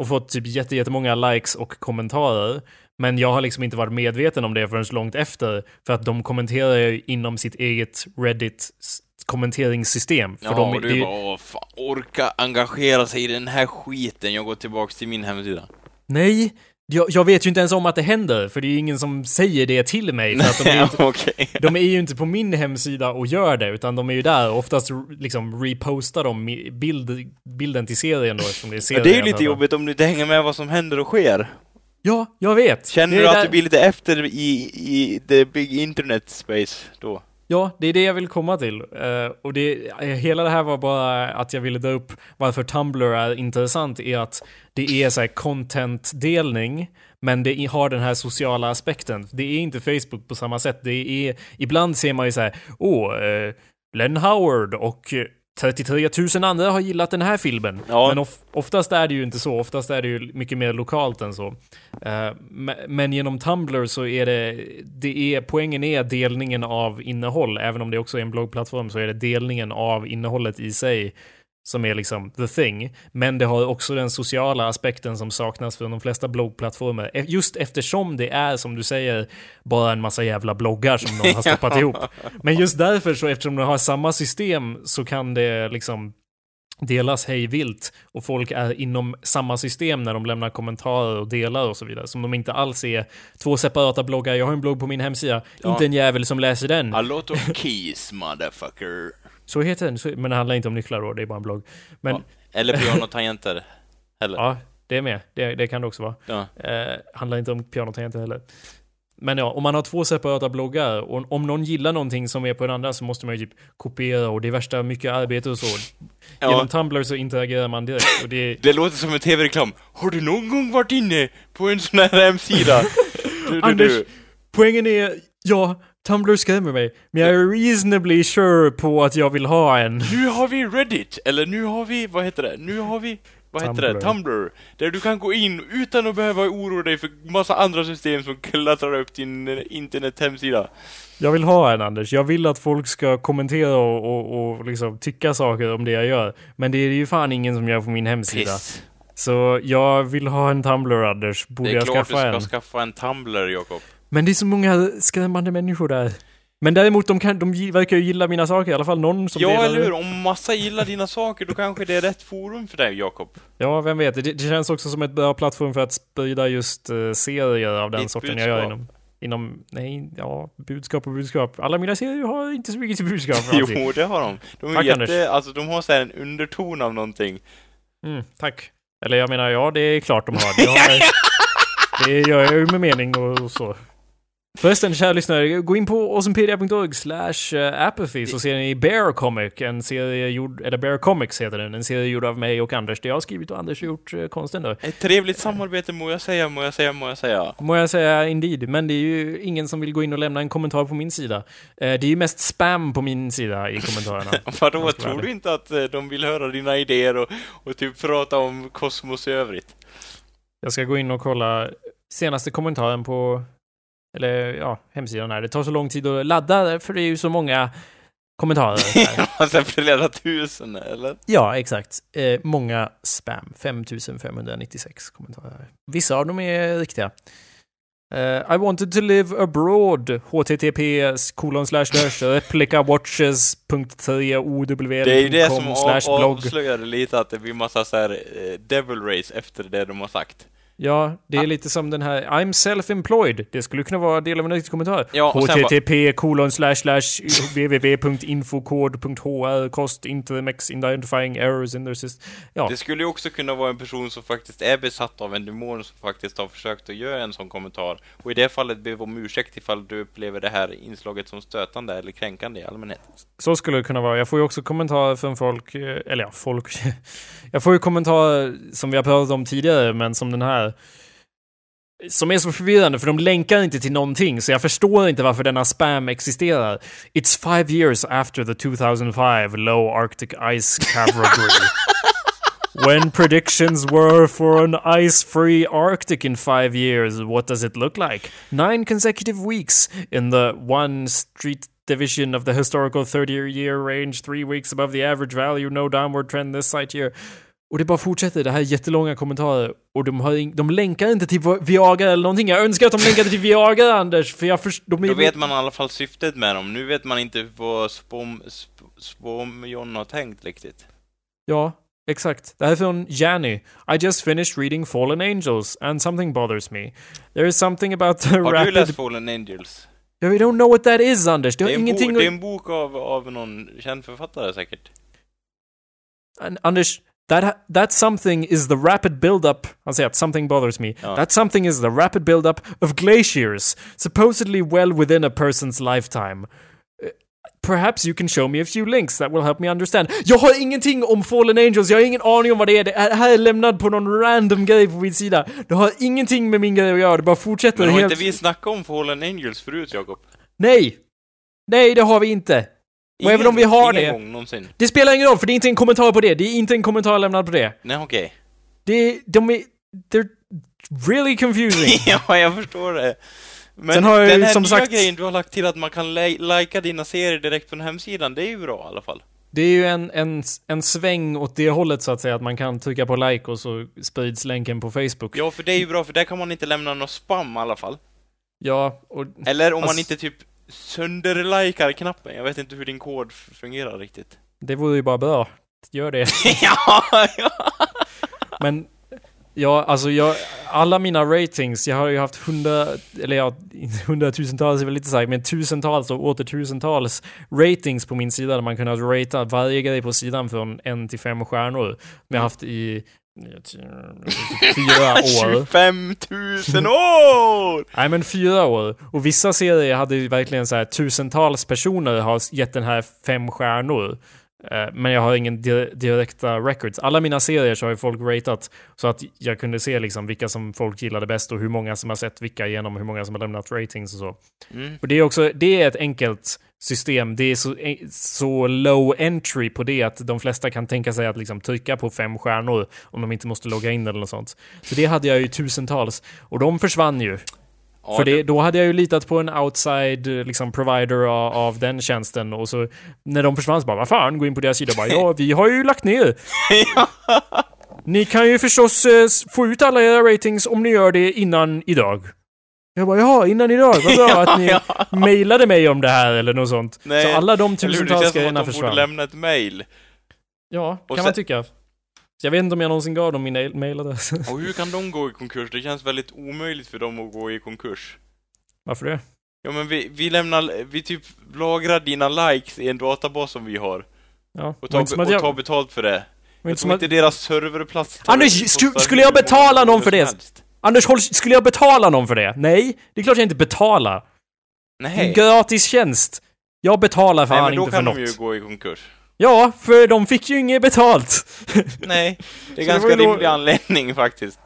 och fått typ jätte- jättemånga likes och kommentarer. Men jag har liksom inte varit medveten om det förrän långt efter, för att de kommenterar ju inom sitt eget Reddit s- kommenteringssystem. För
Ja,
de,
och
det är
du
ju-
bara Åh, fan, orka engagera sig i den här skiten, jag går tillbaks till min hemsida.
nej, jag, jag vet ju inte ens om att det händer, för det är ju ingen som säger det till mig. För att de, är ju inte,
Okej.
de är ju inte på min hemsida och gör det, utan de är ju där och oftast r- liksom repostar de i- bild, bilden till serien då, eftersom det är
Men
serien.
Det är ju lite
då.
jobbigt om du inte hänger med vad som händer och sker.
Ja, jag vet.
Känner
Det är
du att
där-
du blir lite efter i, i the big internet space då?
Ja, det är det jag vill komma till. Eh, och det, eh, hela det här var bara att jag ville dra upp varför Tumblr är intressant är att det är så här content-delning, men det i- har den här sociala aspekten. Det är inte Facebook på samma sätt. Det är, ibland ser man ju så här, åh, eh, Len Howard och eh, 33 000 andra har gillat den här filmen.
Ja.
Men of, oftast är det ju inte så. Oftast är det ju mycket mer lokalt än så. Eh, me- men genom Tumblr så är det, det är, poängen är delningen av innehåll. Även om det också är en bloggplattform så är det delningen av innehållet i sig som är liksom the thing. Men det har också den sociala aspekten som saknas från de flesta bloggplattformar. E- Just eftersom det är, som du säger, bara en massa jävla bloggar som någon har stoppat ihop. Men just därför, så eftersom de har samma system, så kan det liksom delas hej vilt och folk är inom samma system när de lämnar kommentarer och delar och så vidare som de inte alls är två separata bloggar. Jag har en blogg på min hemsida,
Ja.
inte en jävel som läser den.
A lot of keys, motherfucker.
Så heter den, så- men det handlar inte om nycklar då, det är bara en blogg. Men
Ja. Eller pianotangenter. Eller,
Ja, det är med. Det, det kan det också vara.
ja.
Eh, handlar inte om pianotangenter heller. Men ja, om man har två separata bloggar och om någon gillar någonting som är på den andra så måste man ju typ kopiera och det är värsta mycket arbete och så. Genom
Ja.
Tumblr så interagerar man direkt och det är
Det låter som en tv-reklam. Har du någon gång varit inne på en sån här hemsida? Du, du,
Anders,
du.
poängen är, ja, Tumblr skrämmer mig, men jag är reasonably sure på att jag vill ha en.
Nu har vi Reddit, eller nu har vi, vad heter det, nu har vi, vad heter
Tumblr.
det, Tumblr. Där du kan gå in utan att behöva oroa dig för massa andra system som klättrar upp din eh, internethemsida.
Jag vill ha en Anders, jag vill att folk ska kommentera och, och, och liksom tycka saker om det jag gör. Men det är det ju fan ingen som gör på min hemsida.
Piss.
Så jag vill ha en Tumblr Anders, borde
Det är
jag
klart du
skaffa
ska
en?
skaffa en Tumblr, Jakob.
Men det är så många skrämmande människor där. Men däremot, de, kan, de gi- verkar ju gilla mina saker, i alla fall någon som
Ja,
delar
eller hur? Om massa gillar dina saker, då kanske det är rätt forum för dig, Jakob.
Ja, vem vet. Det, det känns också som ett bra plattform för att sprida just eh, serier av den
Ditt
sorten jag
budskap.
gör inom... Inom, nej, ja, budskap och budskap. Alla mina serier har inte så mycket till budskap. alltid.
Jo, det har de. De är
Tack, Anders.
jätte, alltså de har så här en underton av någonting.
Mm, tack. Eller jag menar, ja, det är klart de har. Det, har, det gör jag ju med mening och, och så. Förresten, kära lyssnare, gå in på awesomepedia.org slash eh, apathy så ser ni Bear Comic, en serie gjord, eller Bear Comics heter den, en serie gjord av mig och Anders, där jag har skrivit och Anders har gjort eh, konsten då.
Ett trevligt samarbete, må jag säga, må jag säga, må jag säga.
Må jag säga indeed, men det är ju ingen som vill gå in och lämna en kommentar på min sida. Eh, Det är ju mest spam på min sida i kommentarerna.
Vadå,
Jag ska vara
tror
ärlig.
du inte att eh, de vill höra dina idéer och, och typ prata om kosmos i övrigt?
Jag ska gå in och kolla senaste kommentaren på eller ja, hemsidan här. Det tar så lång tid att ladda för det är ju så många kommentarer. Här.
Alltså flera tusen, eller?
ja, exakt. Eh, många spam. 5596 kommentarer. Vissa av dem är riktiga. Eh, I wanted to live abroad. http kolon slash slash replicawatches.3owl.com
Det är ju det som av,
slash blogg.
avslöjade lite att det blir massa så här eh, devil race efter det de har sagt.
Ja, det
Ah.
är lite som den här I'm self-employed. Det skulle kunna vara del av en riktig kommentar.
Ja, och sen
http kolon slash slash www.infokod.hr cost intermex identifying errors in their system. Ja,
Det skulle ju också kunna vara en person som faktiskt är besatt av en demon som faktiskt har försökt att göra en sån kommentar. Och i det fallet ber vi om ursäkt ifall du upplever det här inslaget som stötande eller kränkande i allmänhet.
så skulle det kunna vara. Jag får ju också kommentarer från folk, eh, eller ja, folk. Jag får ju kommentarer som vi har pratat om tidigare, men som den här. Som är så förvirrande, för de länkar inte till någonting, så jag förstår inte varför denna spam existerar. It's five years after the 2005 low Arctic ice cavalry. When predictions were for an ice-free Arctic in five years, what does it look like? Nine consecutive weeks in the one street division of the historical 30-year range, three weeks above the average value, no downward trend this sight year. Och det bara fortsätter, det här är jättelånga kommentarer. Och de, har ing- de länkar inte till Viagra eller någonting. Jag önskar att de länkade till Viagra, Anders, för jag förstår... De är
Då vet man i alla fall syftet med dem. Nu vet man inte vad Spom, sp, spom John har tänkt riktigt.
Ja, exakt. Det här är från Janny. I just finished reading Fallen Angels and something bothers me. There is something about the
Har du läst
rapid...
Fallen Angels?
Jag don't know what that is, Anders. Det har
Det är, en
ingenting
bok, det är
att...
en bok av, av någon känd författare säkert.
An- Anders, that, ha- that something is the rapid build-up... Han säger att something bothers me.
Ja.
That something is the rapid build-up of glaciers, supposedly well within a person's lifetime. Eh, Perhaps you can show me a few links that will help me understand. Jag har ingenting om Fallen Angels, jag har ingen aning om vad det är. Det är- här är lämnad på någon random grej på min sida. Det har ingenting med min grej att göra, det bara fortsätter
Men har
helt...
inte vi snackat om Fallen Angels förut, Jakob?
Nej! Nej, det har vi inte! Och även om vi har
ingen
det-
gång någonsin.
Det spelar ingen roll, för det är inte en kommentar på det. Det är inte en kommentar lämnad på det.
Nej, okej.
Det är, de är... They're really confusing.
ja, jag förstår det. Men
Sen har jag ju
den här
som
nya
sagt-
grejen du har lagt till att man kan li- lajka dina serier direkt från hemsidan, det är ju bra i alla fall.
Det är ju en, en, en sväng åt det hållet så att säga, att man kan trycka på like och så sprids länken på Facebook.
Ja, för det är ju bra, för där kan man inte lämna någon spam i alla fall.
Ja, och
Eller om man
Alltså-
inte typ sönderlikar knappen. Jag vet inte hur din kod f- fungerar riktigt.
det vore ju bara bra. Gör det.
ja, ja.
Men ja, alltså jag, alla mina ratings, jag har ju haft hundra, eller ja, hundratusentals är väl lite sagt, men tusentals och åter tusentals ratings på min sida där man kunnat ratea varje grej på sidan från en till fem stjärnor. Som jag haft i ja, ty- fyra år.
25 000 år!
Nej men fyra år. Och vissa serier hade ju verkligen så här tusentals personer har gett den här fem stjärnor. Eh, Men jag har ingen di- direkta records. Alla mina serier så har ju folk ratat så att jag kunde se liksom vilka som folk gillade bäst och hur många som har sett vilka genom hur många som har lämnat ratings och så.
Mm.
Och det är också, det är ett enkelt system. Det är så, eh, så low entry på det att de flesta kan tänka sig att liksom trycka på fem stjärnor om de inte måste logga in eller något sånt. Så det hade jag ju tusentals. Och de försvann ju.
Ja,
För
det-
det, då hade jag ju litat på en outside eh, liksom, provider av, av den tjänsten och så när de försvann så bara vad fan, gå in på deras sida och bara ja, vi har ju lagt ner. ni kan ju förstås eh, s- få ut alla era ratings om ni gör det innan idag. Jag bara ja, innan idag, vad bra att ni mejlade mig om det här eller något sånt.
Nej,
så alla de
Eller hur? Det
tusentals
känns som
grejerna
att de borde
försvann.
lämna ett mail.
ja, kan
sen-
man tycka. Jag vet inte om jag någonsin gav dem min mejladress.
Och hur kan de gå i konkurs? Det känns väldigt omöjligt för dem att gå i konkurs.
Varför det?
Ja men vi, vi lämnar, vi typ lagrar dina likes i en databas som vi har.
Ja.
Och tar,
inte som att
och
jag-
tar betalt för det.
var
Jag
inte
tror
som att-
inte deras serverplats tar-
Anders, sku-
kostar
skulle jag
hur
betala
många
någon för
kronor
det?
som helst.
Anders, håll, skulle jag betala någon för det? Nej, det är klart jag inte betalar. Det är en
Nej.
gratis tjänst. Jag betalar
Nej
fan
men då
inte för
kan
något.
de ju gå i konkurs.
Ja, för de fick ju inget betalt.
Nej.
Så
Det är
det
ganska
var ju då-
rimlig anledning faktiskt.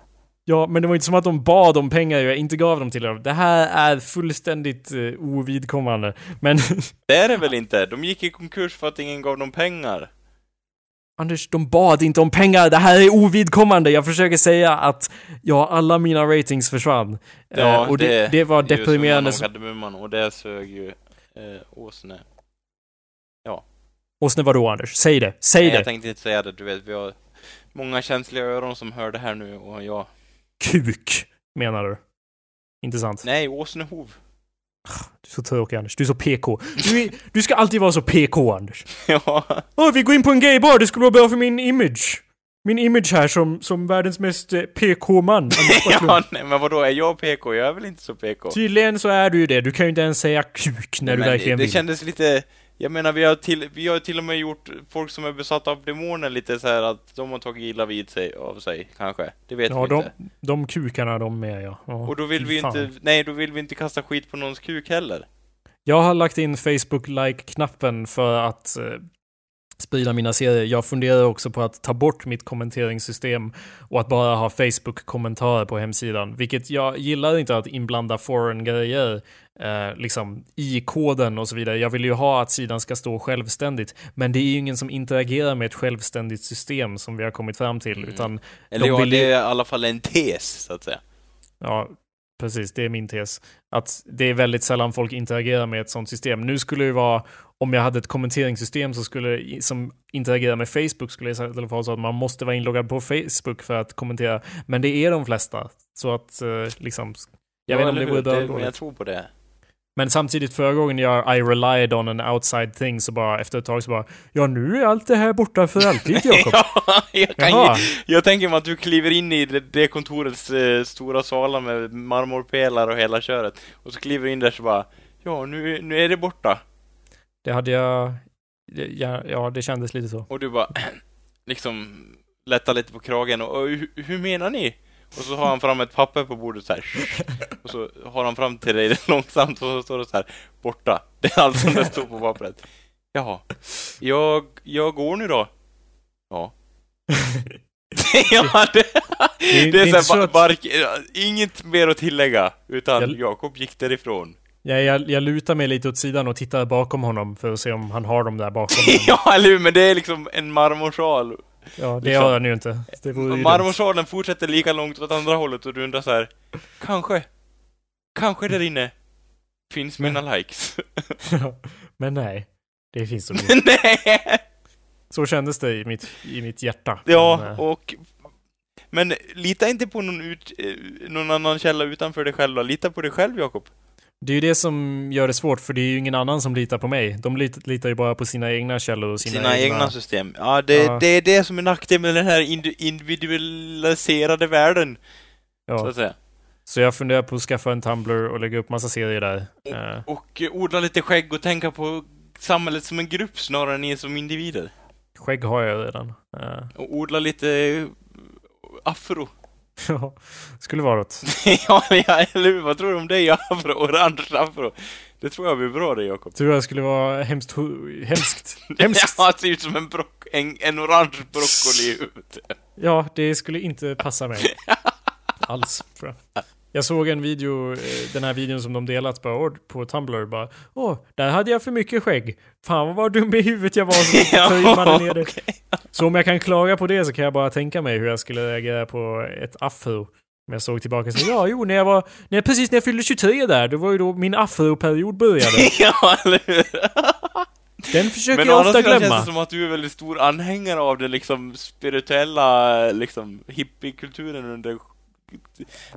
Ja, men det var inte som att de bad om pengar jag inte gav dem till dem. Det här är fullständigt eh, ovidkommande. Men
Det är det väl inte? De gick i konkurs för att ingen gav dem pengar.
Anders, de bad inte om pengar. Det här är ovidkommande. Jag försöker säga att ja, alla mina ratings försvann.
Ja,
Eh, och det, det, var
Det är ju summan
deprimerande.
av kardemumman, och det sög ju eh, åsne.
Och sen vadå Anders? Säg det. Säg
Nej,
det.
jag tänkte inte säga det. Du vet, vi har många känsliga öron som hör det här nu och jag...
Kuk, menar du. Intressant.
Nej, åsnehov.
Du är så tråkig Anders, du är så PK. Du, är, du ska alltid vara så PK Anders.
ja.
Åh, vi går in på en gaybar, det skulle vara bra för min image. Min image här som, som världens mest eh, PK-man. Anders Backlund.
ja, nej, men vadå, är jag PK? Jag är väl inte så PK?
Tydligen så är du ju det, du kan ju inte ens säga kuk Typ när du
Men
verkligen
det, det
vill.
kändes lite... Jag menar, vi har, till, vi har till och med gjort folk som är besatta av demoner lite så här att de har tagit illa vid sig av sig, kanske. Det vet
Ja,
vi
de,
inte.
de kukarna de är ja. ja.
Och då vill vi
Fan.
inte... Nej, då vill vi inte kasta skit på någons kuk heller.
Jag har lagt in Facebook-like-knappen för att eh, sprida mina serier. Jag funderar också på att ta bort mitt kommenteringssystem och att bara ha Facebook-kommentarer på hemsidan. Vilket jag gillar inte att inblanda foreign-grejer eh, liksom, i koden och så vidare. Jag vill ju ha att sidan ska stå självständigt. Men det är ju ingen som interagerar med ett självständigt system som vi har kommit fram till.
Mm.
Utan
Eller
de
ja,
vill ju-
det är i alla fall en tes, så att säga.
Ja, precis. Det är min tes. Att det är väldigt sällan folk interagerar med ett sånt system. Nu skulle det vara, om jag hade ett kommenteringssystem så skulle, som interagerar med Facebook skulle det istället vara så att man måste vara inloggad på Facebook för att kommentera. Men det är de flesta. Så att eh, liksom, jag vet inte
Ja,
om
eller
det
hur?
vore bra eller
Men
dåligt.
jag tror på det.
Men samtidigt förra gången jag I relied on an outside thing så bara efter ett tag så bara ja nu är allt det här borta för alltid Jakob.
ja, jag kan ju
Jaha.
Jag tänker mig att du kliver in i det- det kontorets eh, stora salar med marmorpelare och hela köret. Och så kliver du in där så bara Ja, nu, nu är det borta.
Det hade jag, ja, ja det kändes lite så.
Och du bara liksom lättar lite på kragen och "Ö, hur, hur menar ni? Och så har han fram ett papper på bordet så här. Och så har han fram till dig långsamt och så står det så här Borta. Det är allt som det står på pappret. Jaha. Jag, jag går nu då. Ja. ja, det,
Det är,
Det är,
inte
så
så
här,
att-
ba- bark, inget mer att tillägga, utan
Jag-
Jakob gick därifrån.
Jag, jag, jag lutar mig lite åt sidan och tittar bakom honom för att se om han har dem där bakom. honom.
ja, eller hur? Men det är liksom en marmorsal.
Ja, det
Liksom.
har han ju inte. Det vore ju dumt.
Marmorsalen fortsätter lika långt åt andra hållet och du undrar så här. Kanske. Kanske där inne finns mina likes.
Men nej, det finns de inte.
Men Nej!
Så kändes det i mitt, i mitt hjärta. Men,
Ja,
eh,
och... Men lita inte på någon, ut, eh, någon annan källa utanför dig själv då. Lita på dig själv, Jakob.
det är ju det som gör det svårt, för det är ju ingen annan som litar på mig. De lit, litar ju bara på sina egna källor och sina,
Sina, egna... system. Ja det,
Ja.
det är det som är nackdelen med den här indi- individualiserade världen, så
Ja.
att säga.
Så jag funderar på att skaffa en Tumblr och lägga upp massa serier där. Eh,
Och eh, odla lite skägg och tänka på samhället som en grupp snarare än er som individer.
Skägg har jag redan. Eh,
Och odla lite eh, afro.
Ja, skulle vara något.
ja, ja, eller hur? Vad tror du om dig, afro? Orange afro. Det tror jag blir bra det, Jakob.
Tror jag skulle vara hemskt, hu- hemskt, hemskt.
Ja, det ser ut som en, brock, en, en orange broccoli i huvudet.
Ja, det skulle inte passa mig. Alls, tror jag. Jag såg en video, eh, den här videon som de delat på, på Tumblr bara Åh, där hade jag för mycket skägg. Fan vad dum i huvudet jag var som
Ja,
töjmade ner det. Så om jag kan klaga på det så kan jag bara tänka mig hur jag skulle reagera på ett afro. Om jag såg tillbaka och sa ja, jo, när jag var, när, precis när jag fyllde 23 där, det var ju då min afroperiod började.
ja, eller hur?
Den försöker
Men å
jag
andra
ofta
sidan känns
glömma.
det som att du är väldigt stor anhängare av den liksom spirituella, liksom hippiekulturen under,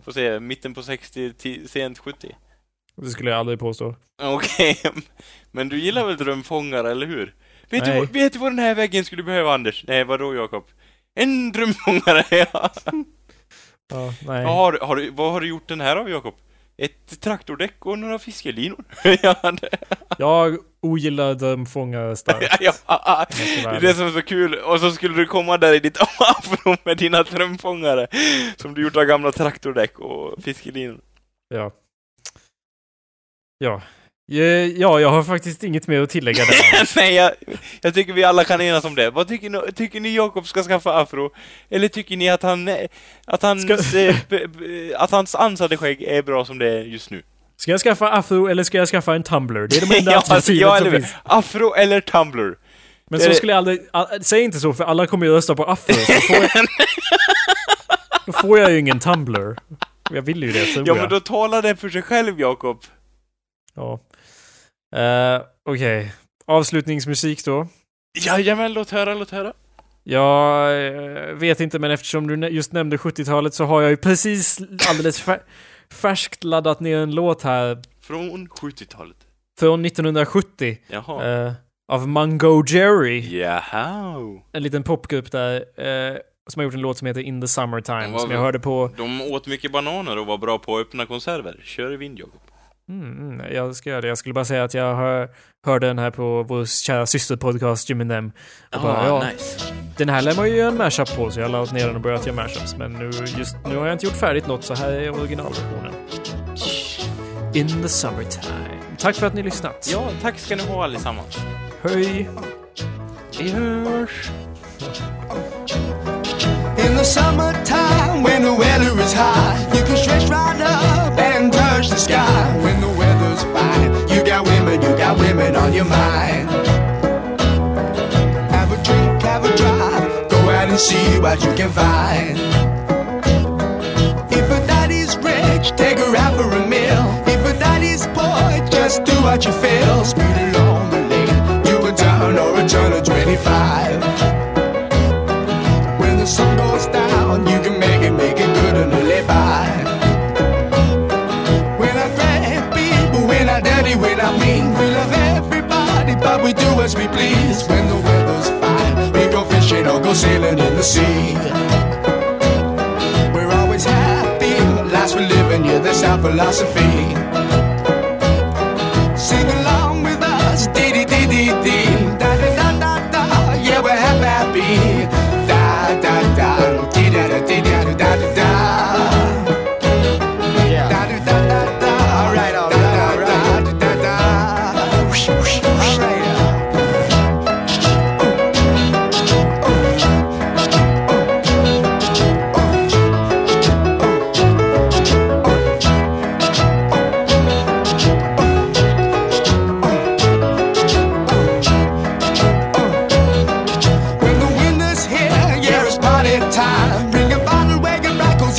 får se, mitten på 60, ti- sent 70.
Det skulle jag aldrig påstå.
Okej, men du gillar väl drömfångare, eller hur? Vet du,
Nej.
vad- vet du vad den här väggen skulle behöva, Anders? Nej, vadå, Jakob? En drömfångare, ja!
Ja, nej.
Vad har, du- har du, vad har du gjort den här av, Jakob? Ett traktordäck och några fiskelinor? ja, det,
Jag ogillar drömfångare starkt.
ja, ja.
måste
Det
vara
är det som är så kul. Och så skulle du komma där i ditt afro med dina drömfångare som du gjort av gamla traktordäck och fiskelinor.
Ja. Ja. Eh, Ja, jag har faktiskt inget mer att tillägga där.
Nej, jag, jag tycker vi alla kan enas om det. Vad tycker ni, tycker ni Jakob ska skaffa afro? Eller tycker ni att han, eh, att hans,
Ska-
eh, b- b- att hans ansade skägg är bra som det är just nu?
Ska jag skaffa afro eller ska jag skaffa en Tumblr? Det är de enda
ja, alltså,
alternativen
ja,
som
eller hur?
finns.
Afro eller Tumblr?
Men
Det är
så
det-
skulle jag aldrig... all- Säg inte så, för alla kommer ju rösta på afro. Så får jag, då får jag ju ingen Tumblr. Jag vill ju det, tror
Ja,
jag.
men då talar det för sig själv, Jakob.
Ja. Eh, Okej. Avslutningsmusik då.
Jajamän, låt höra, låt höra.
Jag eh, vet inte, men eftersom du nä- just nämnde 70-talet så har jag ju precis alldeles fär färskt laddat ner en låt här
Från 70-talet.
från 1970
Jaha.
eh, av Mungo Jerry,
Jaha.
en liten popgrupp där, eh, som har gjort en låt som heter In the Summertime,
Den var
som
väl-
jag hörde på...
De åt mycket bananer och var bra på att öppna konserver. Kör i vind, Jakob.
Mm, mm, jag ska göra det. Jag skulle bara säga att jag hör, hörde den här på vår kära systerpodcast Jim and Them. Och
Ah,
bara, ja,
nice.
Den här lär man ju göra en mashup på, så jag har laddat ner den och börjat göra mashups. Men nu, just nu har jag inte gjort färdigt något, så här är originalversionen. In the summertime. Tack för att ni har lyssnat.
Ja, tack ska ni ha allesammans.
Höj!
Vi hörs!
In the summertime, when the weather is hot, you can stretch right up and touch the sky. When the weather's fine, you got women, you got women on your mind. Have a drink, have a drive, go out and see what you can find. If a daddy's rich, take her out for a meal. If a daddy's poor, just do what you feel. Speed along the lane, you a turn or a turn of 25. When the sun goes down, you can make it, make it good and live by. When I grab people, when I dirty, when I mean, we love everybody, but we do as we please. When the weather's fine, we go fishing or go sailing in the sea. We're always happy, last for living, yeah, that's our philosophy. Sing along with us, dee dee dee dee dee, da da da da da. Yeah, we're happy, happy. da da da, dee da da dee da da da da da. Yeah, da da da da da. All right, all right, all right, da da da. Whoosh, whoosh, whoosh. All right.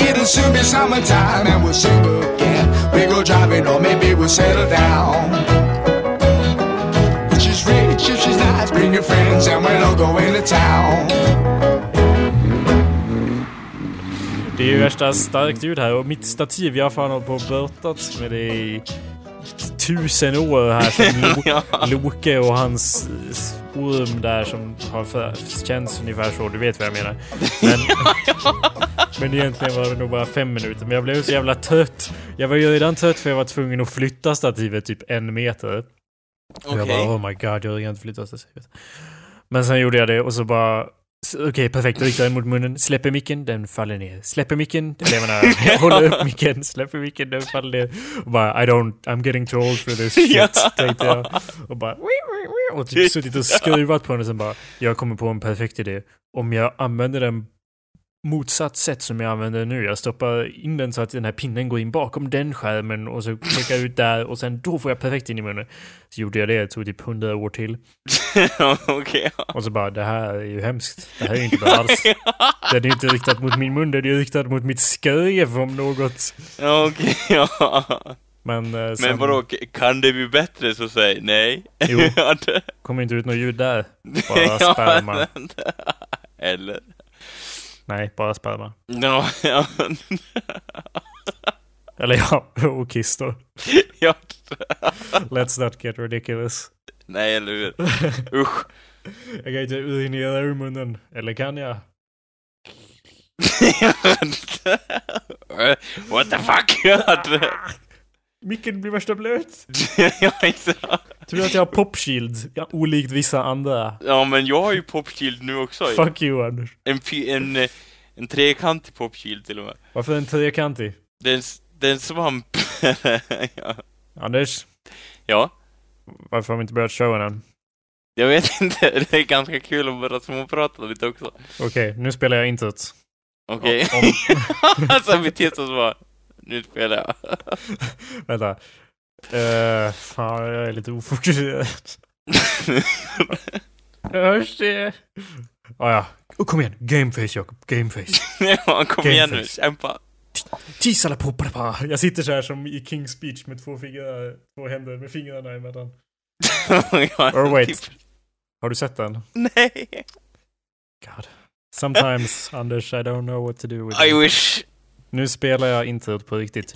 It'll soon be summertime and we'll sing again. We go driving or maybe we'll settle down. If she's rich, if she's nice, bring your friends and we'll all go into town.
Det är ju värsta starkt ljud här och mitt stativ, jag har fan hållit på och börtats med det i tusen år här som Lo- Loke och hans eh, orm där som har för, känns ungefär så, du vet vad jag menar. Men, men egentligen var det nog bara fem minuter, men jag blev så jävla trött. Jag var ju redan trött för jag var tvungen att flytta stativet typ en meter. Och
Okej.
Jag bara oh my god, jag har inte flyttat stativet. Men sen gjorde jag det och så bara s- Okej, perfekt. Jag Riktar den mot munnen, släpper micken, den faller ner. Släpper micken, den lever nära. Jag håller upp micken, släpper micken, den faller ner. Och bara I don't, I'm getting too old for this shit,
Ja.
tänkte jag. Och bara Och typ suttit och skruvat på den och sen bara Jag kommer på en perfekt idé. Om jag använder den motsatt sätt som jag använder nu. Jag stoppar in den så att den här pinnen går in bakom den skärmen och så klickar jag ut där och sen då får jag perfekt in i munnen. Så gjorde jag det, det tog typ hundra år till.
Okej.
Och så bara, det här är ju hemskt. Det här är ju inte bra alls. Det är ju inte riktat mot min mun, det är ju riktat mot mitt skrev om något.
Ja, Okej, ja.
Men, eh, sen
Men vadå, k- kan det bli bättre så säg nej.
Jo.
Ja, det-
kommer inte ut något ljud där.
Ja,
Bara sperma.
men- Eller?
Nej, bara sperma.
Ja, ja.
Eller ja, och kiss då.
ja.
Let's not get ridiculous.
Nej, eller hur? Usch.
Jag kan inte urinera ur munnen. Eller kan jag?
What the fuck? Ja, det-
Micken blir värsta blöt.
ja, exakt.
Tror att jag har popshield? Ja, olikt vissa andra.
ja, men jag har ju popshield nu också.
Fuck you Anders.
En, fi- en, eh, en trekantig popshield till och med.
Varför en trekantig?
Det är en, s- det är en svamp. ja.
Anders,
ja,
varför har vi inte börjat showen än?
jag vet inte. Det är ganska kul att börja småprata lite också.
Okej, nu spelar jag introt.
Okej.
Om-
Alltså, vi tittar så bara. Nu spelar jag.
Vänta. Uh, fan, jag är lite ofokuserad. Hörs det? Ah, ja. Oh, kom igen, gameface Jakob, gameface.
ja, kom igen nu,
Gameface.
kämpa.
Tisala popalapa. Jag sitter så här som i King's Speech med två fingrar, två händer med fingrarna emellan.
Ja,
Or wait.
typ.
Har du sett den?
Nej.
God. Sometimes, Anders, I don't know what to do with
I
it.
wish.
Nu spelar jag introt på riktigt.